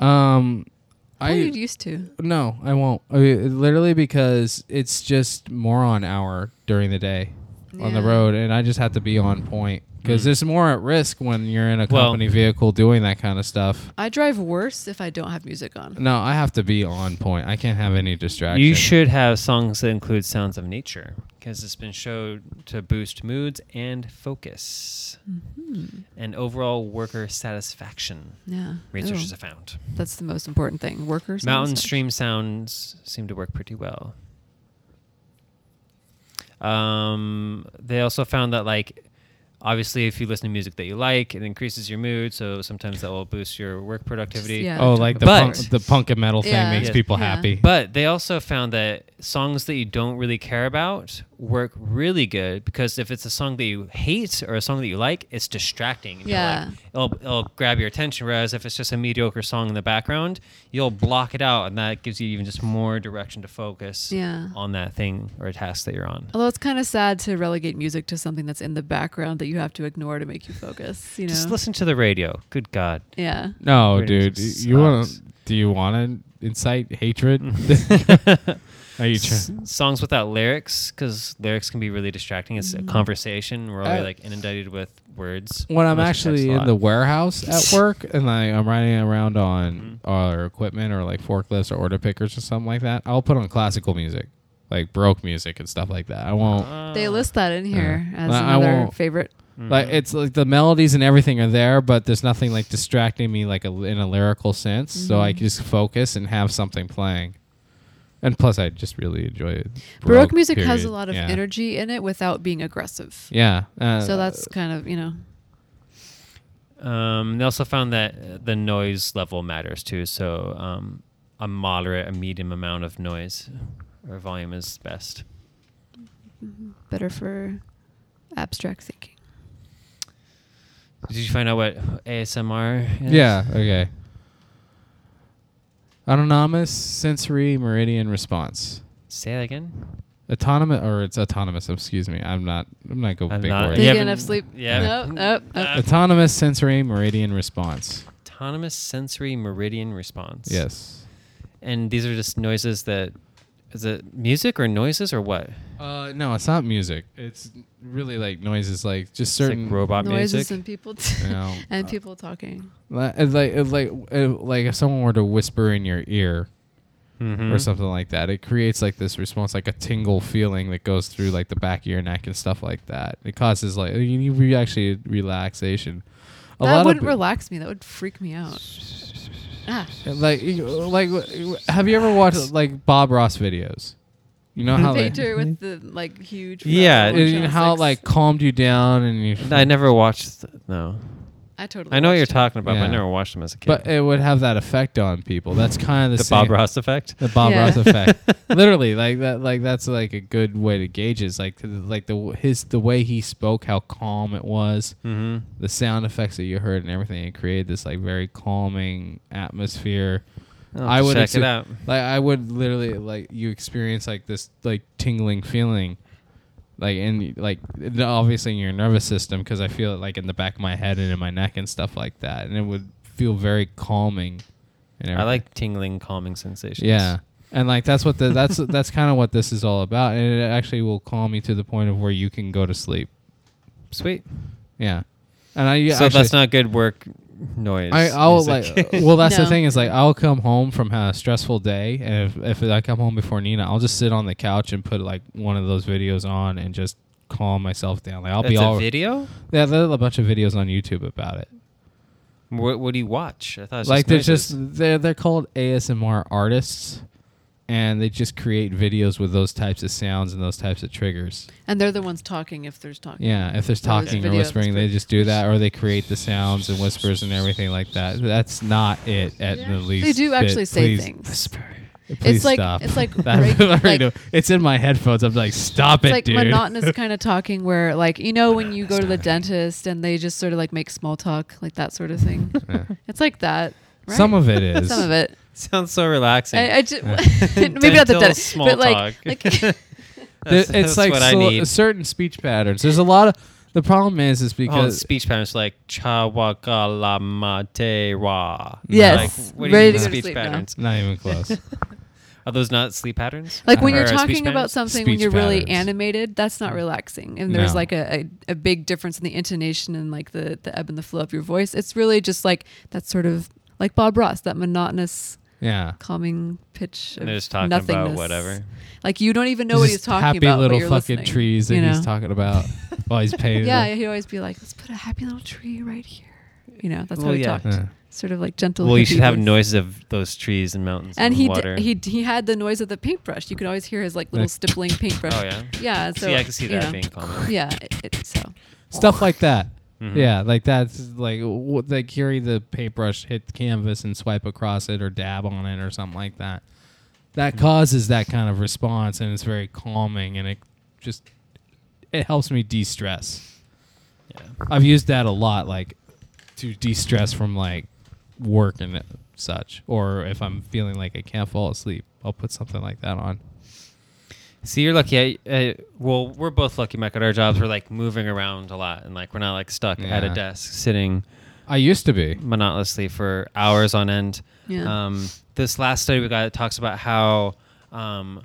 C: No, um, I
B: I used to.
C: No, I won't. I mean, literally because it's just moron hour during the day on the
B: Yeah. Mm.
C: road, and I just have to be on point because there's more at risk when you're in a
A: Well-
C: company vehicle doing that kind of stuff.
B: I drive worse if I don't have music on.
C: No, I have to be on point. I can't have any distractions.
A: You should have songs that include sounds of nature because it's been shown to boost moods and focus and overall worker satisfaction.
B: Yeah.
A: Researchers
B: Ew.
A: have found.
B: That's the most important thing. Workers.
A: Mountain stream sounds seem to work pretty well. Um, they also found that like obviously if you listen to music that you like, it increases your mood, so sometimes that will boost your work productivity.
B: Yeah.
C: Oh, like the
A: But-
C: punk, the punk and metal thing
B: Yeah.
C: makes
A: Yeah.
C: people
B: Yeah.
C: happy.
A: But they also found that songs that you don't really care about work really good because if it's a song that you hate or a song that you like, it's distracting. You're
B: Yeah.
A: like- it'll, it'll grab your attention. Whereas if it's just a mediocre song in the background, you'll block it out. And that gives you even just more direction to focus
B: Yeah. Oh,
A: on that thing or task that you're on.
B: Although it's kind of sad to relegate music to something that's in the background that you have to ignore to make you focus. You know.
A: Just listen to the radio. Good
B: [laughs]
A: God.
B: Yeah.
C: no,
A: Pretty
C: dude,
A: much
C: you want
A: sucks.
C: to? Do you want to incite
A: [laughs]
C: hatred? [laughs] Are you
A: S- [laughs]
C: trying?
A: songs without lyrics because lyrics can be really distracting. It's
B: Mm-hmm.
A: a conversation. We're already
C: Uh,
A: like inundated with words.
C: when I'm
A: unless you text
C: actually
A: a
C: in
A: lot.
C: the
A: [laughs]
C: warehouse at work and I, I'm riding around on
A: Mm-hmm.
C: our equipment or like forklifts or order pickers or something like that, I'll put on classical music, like Baroque music and stuff like that. I won't.
A: Ah. Uh,
B: They list that in here
C: Uh, Yeah.
B: as
C: Well, I
B: another
C: won't-
B: favorite.
A: Mm-hmm.
C: Like it's like the melodies and everything are there, but there's nothing like distracting me like a, in a lyrical sense. So
B: Mm-hmm.
C: I can just focus and have something playing. And plus, I just really enjoy it.
B: Baroque music has a
C: period.
B: lot of
C: Yeah.
B: energy in it without being aggressive.
C: Yeah. Uh,
B: So that's kind of you know.
A: Um, they also found that uh, the noise level matters too. So um, a moderate, a medium amount of noise or volume is best.
B: better for abstract thinking.
A: Did you find out what ASMR is?
C: Yeah. Okay. Autonomous sensory meridian response.
A: Say that again.
C: Autonomous, or it's autonomous. Excuse me. I'm not. I'm not go
A: I'm
C: Oh, big
A: not-
C: word.
A: Yeah,
B: Did
A: but-
B: you enough sleep?
A: yeah.
B: Nope, nope, nope.
A: Uh,
C: Autonomous sensory meridian response.
A: Autonomous sensory meridian response.
C: Yes.
A: And these are just noises that is it music or noises or what?
C: Uh, no, it's not music. It's really like noises, like just
A: It's like
C: certain [laughs]
A: robot
B: Noises
A: music.
B: and people t-
C: Yeah.
B: [laughs]
C: Uh,
B: and people talking.
C: Li- it's Like it's like uh, like if someone were to whisper in your ear or
A: Mhm.
C: something like that, it creates like this response, like a tingle feeling that goes through like the back of your neck and stuff like that. It causes like you need re- actually relaxation. A lot
B: that
C: of
B: wouldn't
C: pe-
B: relax me. That would freak me
C: [laughs]
B: out. Ah,
C: like you- like have you ever watched like Bob Ross videos?
B: [laughs]
C: You know how like,
B: Painter with the like huge.
A: Yeah,
B: round
A: with
C: you know
B: channel
C: how it,
B: six.
C: like calmed you down and you
A: I never watched. th- no,
B: I totally.
A: I know what you're
B: watched it.
A: talking about. but I
C: Yeah.
A: never watched them as a kid.
C: [laughs] but it would have that effect on people. That's kind of
A: the
C: the, same-
A: Bob Ross effect.
C: the Bob
B: Yeah. [laughs]
C: Ross effect. Literally, like that like that's like a good way to gauge it. It's like like the his the way he spoke, how calm it was.
A: Mm-hmm.
C: the sound effects that you heard and everything it created this like very calming atmosphere
A: I'll
C: i would
A: check it
C: expe-
A: out.
C: like i would literally like you experience like this like tingling feeling like in like n- obviously in your nervous system because i feel it like in the back of my head and in my neck and stuff like that and it would feel very calming and
A: I
C: everything.
A: like tingling, calming sensations.
C: yeah and like that's [laughs] what the that's that's kind of what this is all about and it actually will calm you to the point of where you can go to sleep
A: Sweet.
C: Yeah, and I
A: so
C: actually-
A: that's not good work noise.
C: I, I'll
A: music. [laughs]
C: like. Well, that's
B: No.
C: the thing is like I'll come home from a stressful day, and if, if I come home before Nina, I'll just sit on the couch and put like one of those videos on and just calm myself down. Like I'll
A: that's
C: be
A: a
C: all.
A: video.
C: Yeah, there's a bunch of videos on YouTube about it.
A: What, what do you watch? I thought it was
C: like they're
A: just
C: just
A: noises.
C: they're they're called ASMR artists, and they just create videos with those types of sounds and those types of triggers.
B: And they're the ones talking if there's talking.
C: Yeah, if there's
B: Well, there's
C: talking or
B: video that's
C: whispering, they
B: pretty-
C: just do that, or they create the sounds and whispers and everything like that. That's not it at the least.
B: They do
C: bit.
B: actually say
C: Please-
B: things.
C: Please
B: like-
C: stop.
B: it's like
C: [laughs] That-
B: reg-
C: I already
B: like-
C: know. it's in my headphones. I'm like, stop
B: It's
C: it,
B: like
C: dude.
B: monotonous kind of talking where like you know when you go to the
C: Sorry.
B: dentist and they just sort of like make small talk, like that sort of
C: [laughs]
B: thing.
C: [laughs]
B: [laughs]
C: Yeah.
B: it's like that. Right?
C: Some of it is.
B: [laughs] Some of it.
A: [laughs] sounds so relaxing.
B: I, I ju- [laughs]
C: [laughs]
B: maybe not the
A: Dental
B: dentist,
A: small
B: but like,
A: [laughs] talk.
B: [laughs] like
C: There-
A: [laughs] That's-
C: it's
A: that's
C: like
A: what I
C: so-
A: need.
C: certain speech patterns. There's a lot of. The problem is, is
A: oh,
C: because
A: speech patterns like cha wa ka la ma te wa.
B: Yes.
A: Like, what do you mean
B: Ready to go to
A: speech
B: sleep now.
A: patterns?
C: [laughs] not even close.
B: [laughs]
A: Are those not sleep patterns?
B: like when
A: Or
B: you're
A: speech
B: talking about
A: patterns?
B: something when
C: Speech
B: you're really
C: patterns.
B: animated, that's not relaxing. And there's
C: No.
B: like a, a, a big difference in the intonation and like the, the ebb and the flow of your voice. It's really just like that sort of like Bob Ross, that monotonous
C: yeah.
B: calming pitch of
A: They're just talking
B: nothingness.
A: about whatever.
B: Like you don't even know what
C: Just
B: he's talking
C: happy
B: about. but
C: little
B: you're
C: fucking
B: listening,
C: trees that
B: you know?
C: he's talking about while he's
B: [laughs]
C: painting.
B: Yeah,
C: them.
B: he'd always be like, "Let's put a happy little tree right here." You know, that's
A: Well,
B: how he
A: yeah.
B: talked.
C: Yeah.
B: Sort of like gentle.
A: Well, you should
B: hippie
A: have
B: voice.
A: noises of those trees and mountains
B: And
A: and,
B: he,
A: water.
B: d- he d- he had the noise of the paintbrush. You could always hear his like little
C: Like, [laughs]
B: stippling paintbrush.
A: oh yeah.
B: Yeah. So
A: yeah, I can see
B: you
A: that
B: know.
A: being common.
B: Yeah. It, it, so
C: Stuff like that.
A: Mhm.
C: Yeah, like that's like w- like hearing the paintbrush hit the canvas and swipe across it or dab on it or something like that. That causes that kind of response and it's very calming and it just it helps me de-stress.
A: Yeah.
C: I've used that a lot, like to de-stress from like work and such, or if I'm feeling like I can't fall asleep, I'll put something like that on.
A: See, you're lucky. I, uh, well, we're both lucky, Mike. At our jobs, we're like moving around a lot, and like we're not like stuck at a
C: Yeah.
A: desk sitting
C: I used to be.
B: Mm.
A: monotonously for hours on end.
B: Yeah.
A: Um, this last study we got talks about how um,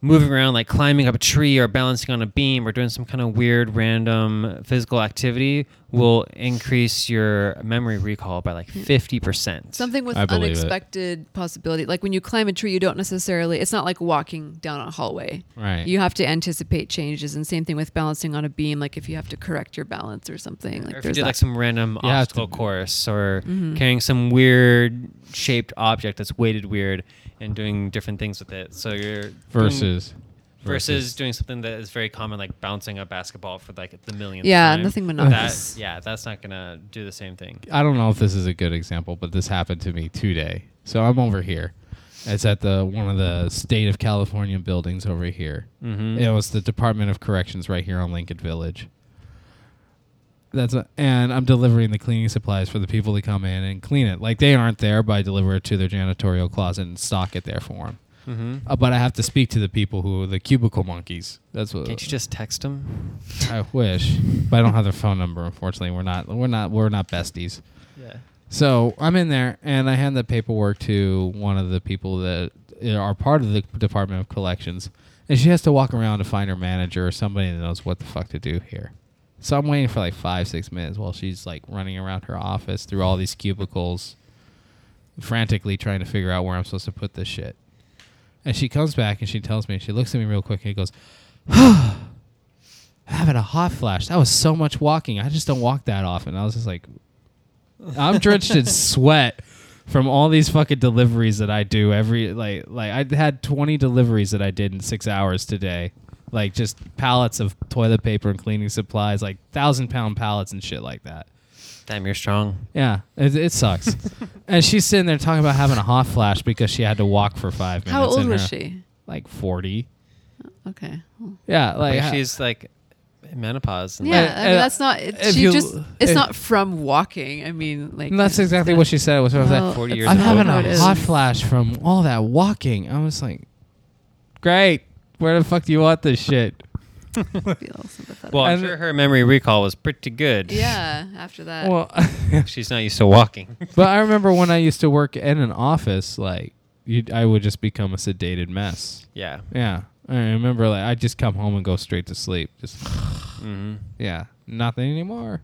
A: moving around, like climbing up a tree or balancing on a beam or doing some kind of weird random physical activity, will increase your memory recall by like fifty percent.
B: Hmm. something with
C: I believe it.
B: unexpected possibility, like when you climb a tree, you don't necessarily. It's not like walking down a hallway.
C: Right.
B: You have to anticipate changes, and same thing with balancing on a beam. Like if you have to correct your balance or something, like
A: Or if you did
B: there's that. Mm-hmm.
A: like some random
C: You have
A: obstacle
C: to-
A: course or carrying some weird shaped object that's weighted weird and doing different things with it. So you're doing-
C: versus
A: versus doing something that is very common, like bouncing a basketball for like the millionth
B: Yeah,
A: time.
B: nothing
A: That-
B: monotonous.
A: yeah, that's not gonna do the same thing.
C: I don't know if this is a good example, but this happened to me today. So I'm over here. It's at the one of the state of California buildings over here.
A: Mhm.
C: It was the Department of Corrections right here on Lincoln Village. That's a, and I'm delivering the cleaning supplies for the people to come in and clean it. Like they aren't there, but I deliver it to their janitorial closet and stock it there for them.
A: Mm-hmm.
C: Uh, but I have to speak to the people who are the cubicle monkeys. That's what.
A: Can't you just text them?
C: I wish, but I don't have their phone number. Unfortunately, we're not. We're not. We're not besties.
A: Yeah.
C: So I'm in there, and I hand the paperwork to one of the people that eh, are part of the Department of Collections, and she has to walk around to find her manager or somebody that knows what the fuck to do here. So I'm waiting for like five, six minutes while she's like running around her office through all these cubicles, frantically trying to figure out where I'm supposed to put this shit. And she comes back and she tells me, she looks at me real quick and goes, [sighs] I'm having a hot flash. That was so much walking. I just don't walk that often. I was just like, I'm drenched in sweat from all these fucking deliveries that I do every like like I had 20 deliveries that I did in 6 hours today. Like just pallets of toilet paper and cleaning supplies, like 1000 pound pallets and shit like that.
A: Damn, you're strong.
C: Yeah, it,
B: [laughs]
C: it sucks. and she's sitting there talking about having a hot flash because she had to walk for 5 minutes.
B: How old
C: in
B: was
C: her-
B: she?
C: Like 40.
B: Okay. well,
C: Yeah, like
A: Like
C: ha-
A: she's like in menopause. And
B: Yeah,
A: like,
B: I mean,
C: uh,
B: that's not. It,
C: if
B: she
C: you-
B: just. It's
C: if-
B: not from walking. I mean, like.
C: and that's exactly
B: [laughs]
C: what she said. It was sort of like,
B: Well,
A: 40
B: it's
A: years
C: I'm
A: ago.
B: not
C: having
B: how it
C: a
B: is.
C: hot flash from all that walking. I was like, great. Where the fuck do you want this shit?
B: Feel sympathetic.
A: well, I'm
C: and-
A: sure her memory recall was pretty good. [laughs]
B: yeah. After that,
C: Well, [laughs]
A: She's not used to walking. [laughs]
C: but I remember when I used to work in an office, like you'd, I would just become a sedated mess.
A: Yeah.
C: Yeah. I remember like I'd just come home and go straight to sleep. Just
A: Mm-hmm.
C: yeah, nothing anymore.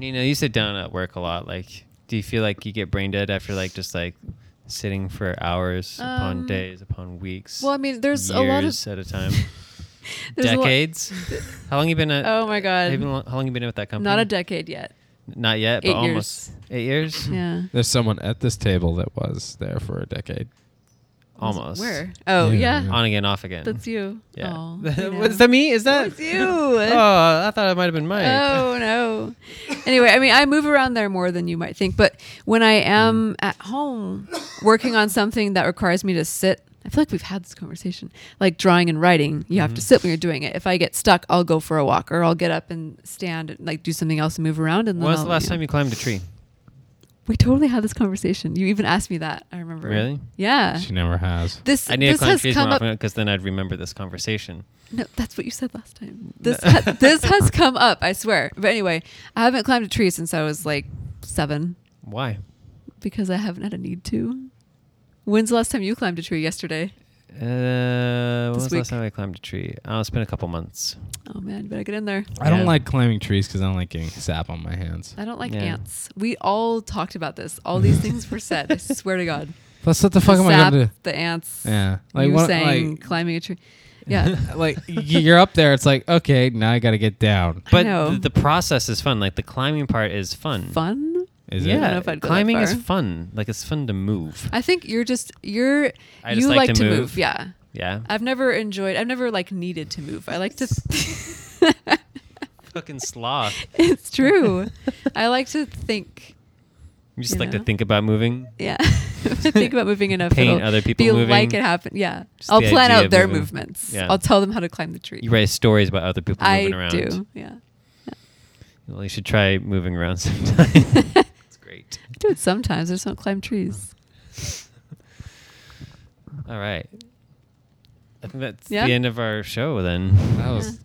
A: Nina, you sit down at work a lot. Like, do you feel like you get brain dead after like just like sitting for hours upon
B: Um,
A: days upon weeks?
B: well, I mean, there's a lot of-
A: years at a time,
B: [laughs] There's a lot-
A: decades. how long you been at?
B: Oh my God.
A: have you been lo- how long you been with that company?
B: Not a decade yet.
A: Not yet, but
B: Eight years.
A: almost eight years.
B: Yeah.
C: There's someone at this table that was there for a decade.
A: almost.
B: Where? Oh
C: Yeah.
B: yeah.
A: On again, off again.
B: That's you.
A: Yeah.
C: [laughs]
A: [laughs]
B: Oh, I know.
A: Was that me? Is that?
B: It's you.
A: [laughs] Oh, I thought it might have been Mike.
B: Oh no. Anyway, I mean, I move around there more than you might think, but when I am
A: Mm.
B: at home working on something that requires me to sit, I feel like we've had this conversation. Like drawing and writing, you
A: Mm.
B: have to sit when you're doing it. If I get stuck, I'll go for a walk, or I'll get up and stand and like do something else and move around. And
A: When
B: then
A: was
B: I'll,
A: the last
B: you know.
A: time you climbed a tree?
B: We totally had this conversation. You even asked me that. I remember.
A: Really?
B: Yeah.
C: She never has.
B: Uh, This
A: I need to
B: this
A: climb
B: has
A: trees
B: come
A: more
B: up.
A: often because then I'd remember this conversation.
B: No, that's what you said last time. This ha- this
C: [laughs]
B: has come up, I swear. But anyway, I haven't climbed a tree since I was like seven
A: Why?
B: because I haven't had a need to. When's the last time you climbed a tree? Yesterday.
A: Uh, when
B: This
A: was the last
B: week.
A: time I climbed a tree? Oh, it's been a couple months.
B: Oh man, you better get in there.
C: I
A: Yeah.
C: don't like climbing trees because I don't like getting sap on my hands.
B: I don't like
A: Yeah.
B: ants. We all talked about this. All these things were said.
C: [laughs]
B: I swear to God.
C: Plus, what the fuck am I
B: sap,
C: gonna do?
B: The ants.
C: Yeah, like
B: you
C: what?
B: saying
C: Like,
B: climbing a tree.
A: [laughs]
B: Yeah.
C: [laughs] like y- you're up there. It's like okay, now I gotta get down.
B: [laughs] I
A: But
B: know.
A: th- the process is fun. Like the climbing part is fun.
B: Fun.
C: Is
A: yeah,
B: I don't know if I'd go that
A: climbing is
B: far.
A: fun. Like it's fun to move.
B: I think you're just you're
A: I
B: you
A: just like to
B: like, to, move.
A: move.
B: Yeah.
A: Yeah,
B: I've never enjoyed. I've never like needed to move. I like to.
A: fucking sloth.
B: [laughs] it's
A: [laughs]
B: true. I like to think.
A: You just
B: You
A: like to
B: know?
A: think about moving.
B: Yeah, [laughs] I think about moving enough.
A: Paint
B: it'll
A: other people
B: be
A: moving.
B: like it happen. Yeah,
A: Just
B: I'll
A: the
B: plan
A: idea
B: out
A: of
B: their
A: moving.
B: movements.
A: Yeah.
B: I'll tell them how to climb the tree.
A: You write stories about other people
B: I
A: moving around.
B: do.
A: [laughs]
B: Yeah,
A: Well, you should try moving around [laughs] sometime.
B: [laughs]
A: it's great.
B: I do it sometimes. I just don't climb trees.
A: All right. I think that's
B: Yeah?
A: the end of our show then.
C: That was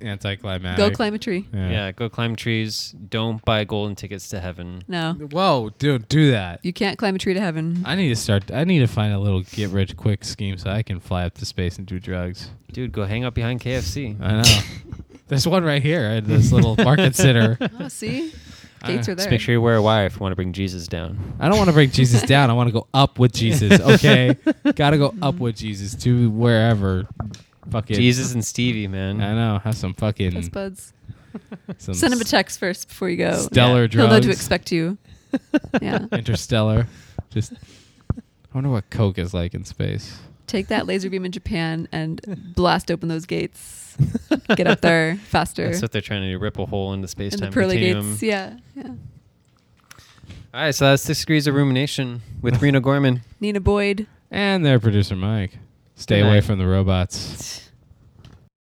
C: anticlimactic.
B: Go climb a tree.
A: Yeah. go climb trees. Don't buy golden tickets to heaven.
B: No,
C: Whoa, dude, do that.
B: you can't climb a tree to heaven.
C: I need to start. I need to find a little get rich quick scheme so I can fly up to space and do drugs.
A: Dude, go hang out behind KFC.
C: I
B: [laughs]
C: know. There's one right here at this little market center.
A: [laughs]
B: oh, see, [laughs]
C: I-
B: gates are there.
A: Just make sure you wear a wire if you want to bring Jesus [laughs] down.
C: I don't want to bring Jesus down. I want to go up
B: [laughs]
C: with Jesus.
A: [laughs]
C: Okay, gotta go up with Jesus to wherever. Fuck it.
A: Jesus and Stevie, man.
C: I know. Have some fucking
B: Yes, buds.
C: some
B: Send him a text first before you go.
C: stellar
B: He'll know
C: drugs.
B: to expect you.
A: [laughs]
B: [laughs] Yeah.
C: Interstellar. Just. I wonder what Coke is like in space.
B: Take that laser beam in Japan and blast open those gates. Get up there
A: [laughs]
B: faster.
A: That's what they're trying to do. Rip a hole into space
B: And the
A: time
B: pearly
A: continuum.
B: gates. Yeah. Yeah.
A: All right, so that's six degrees of rumination
B: [laughs]
A: with Reno Gorman.
B: Nina Boyd.
C: And their producer Mike. Stay
A: Good
C: away
A: night.
C: from the robots.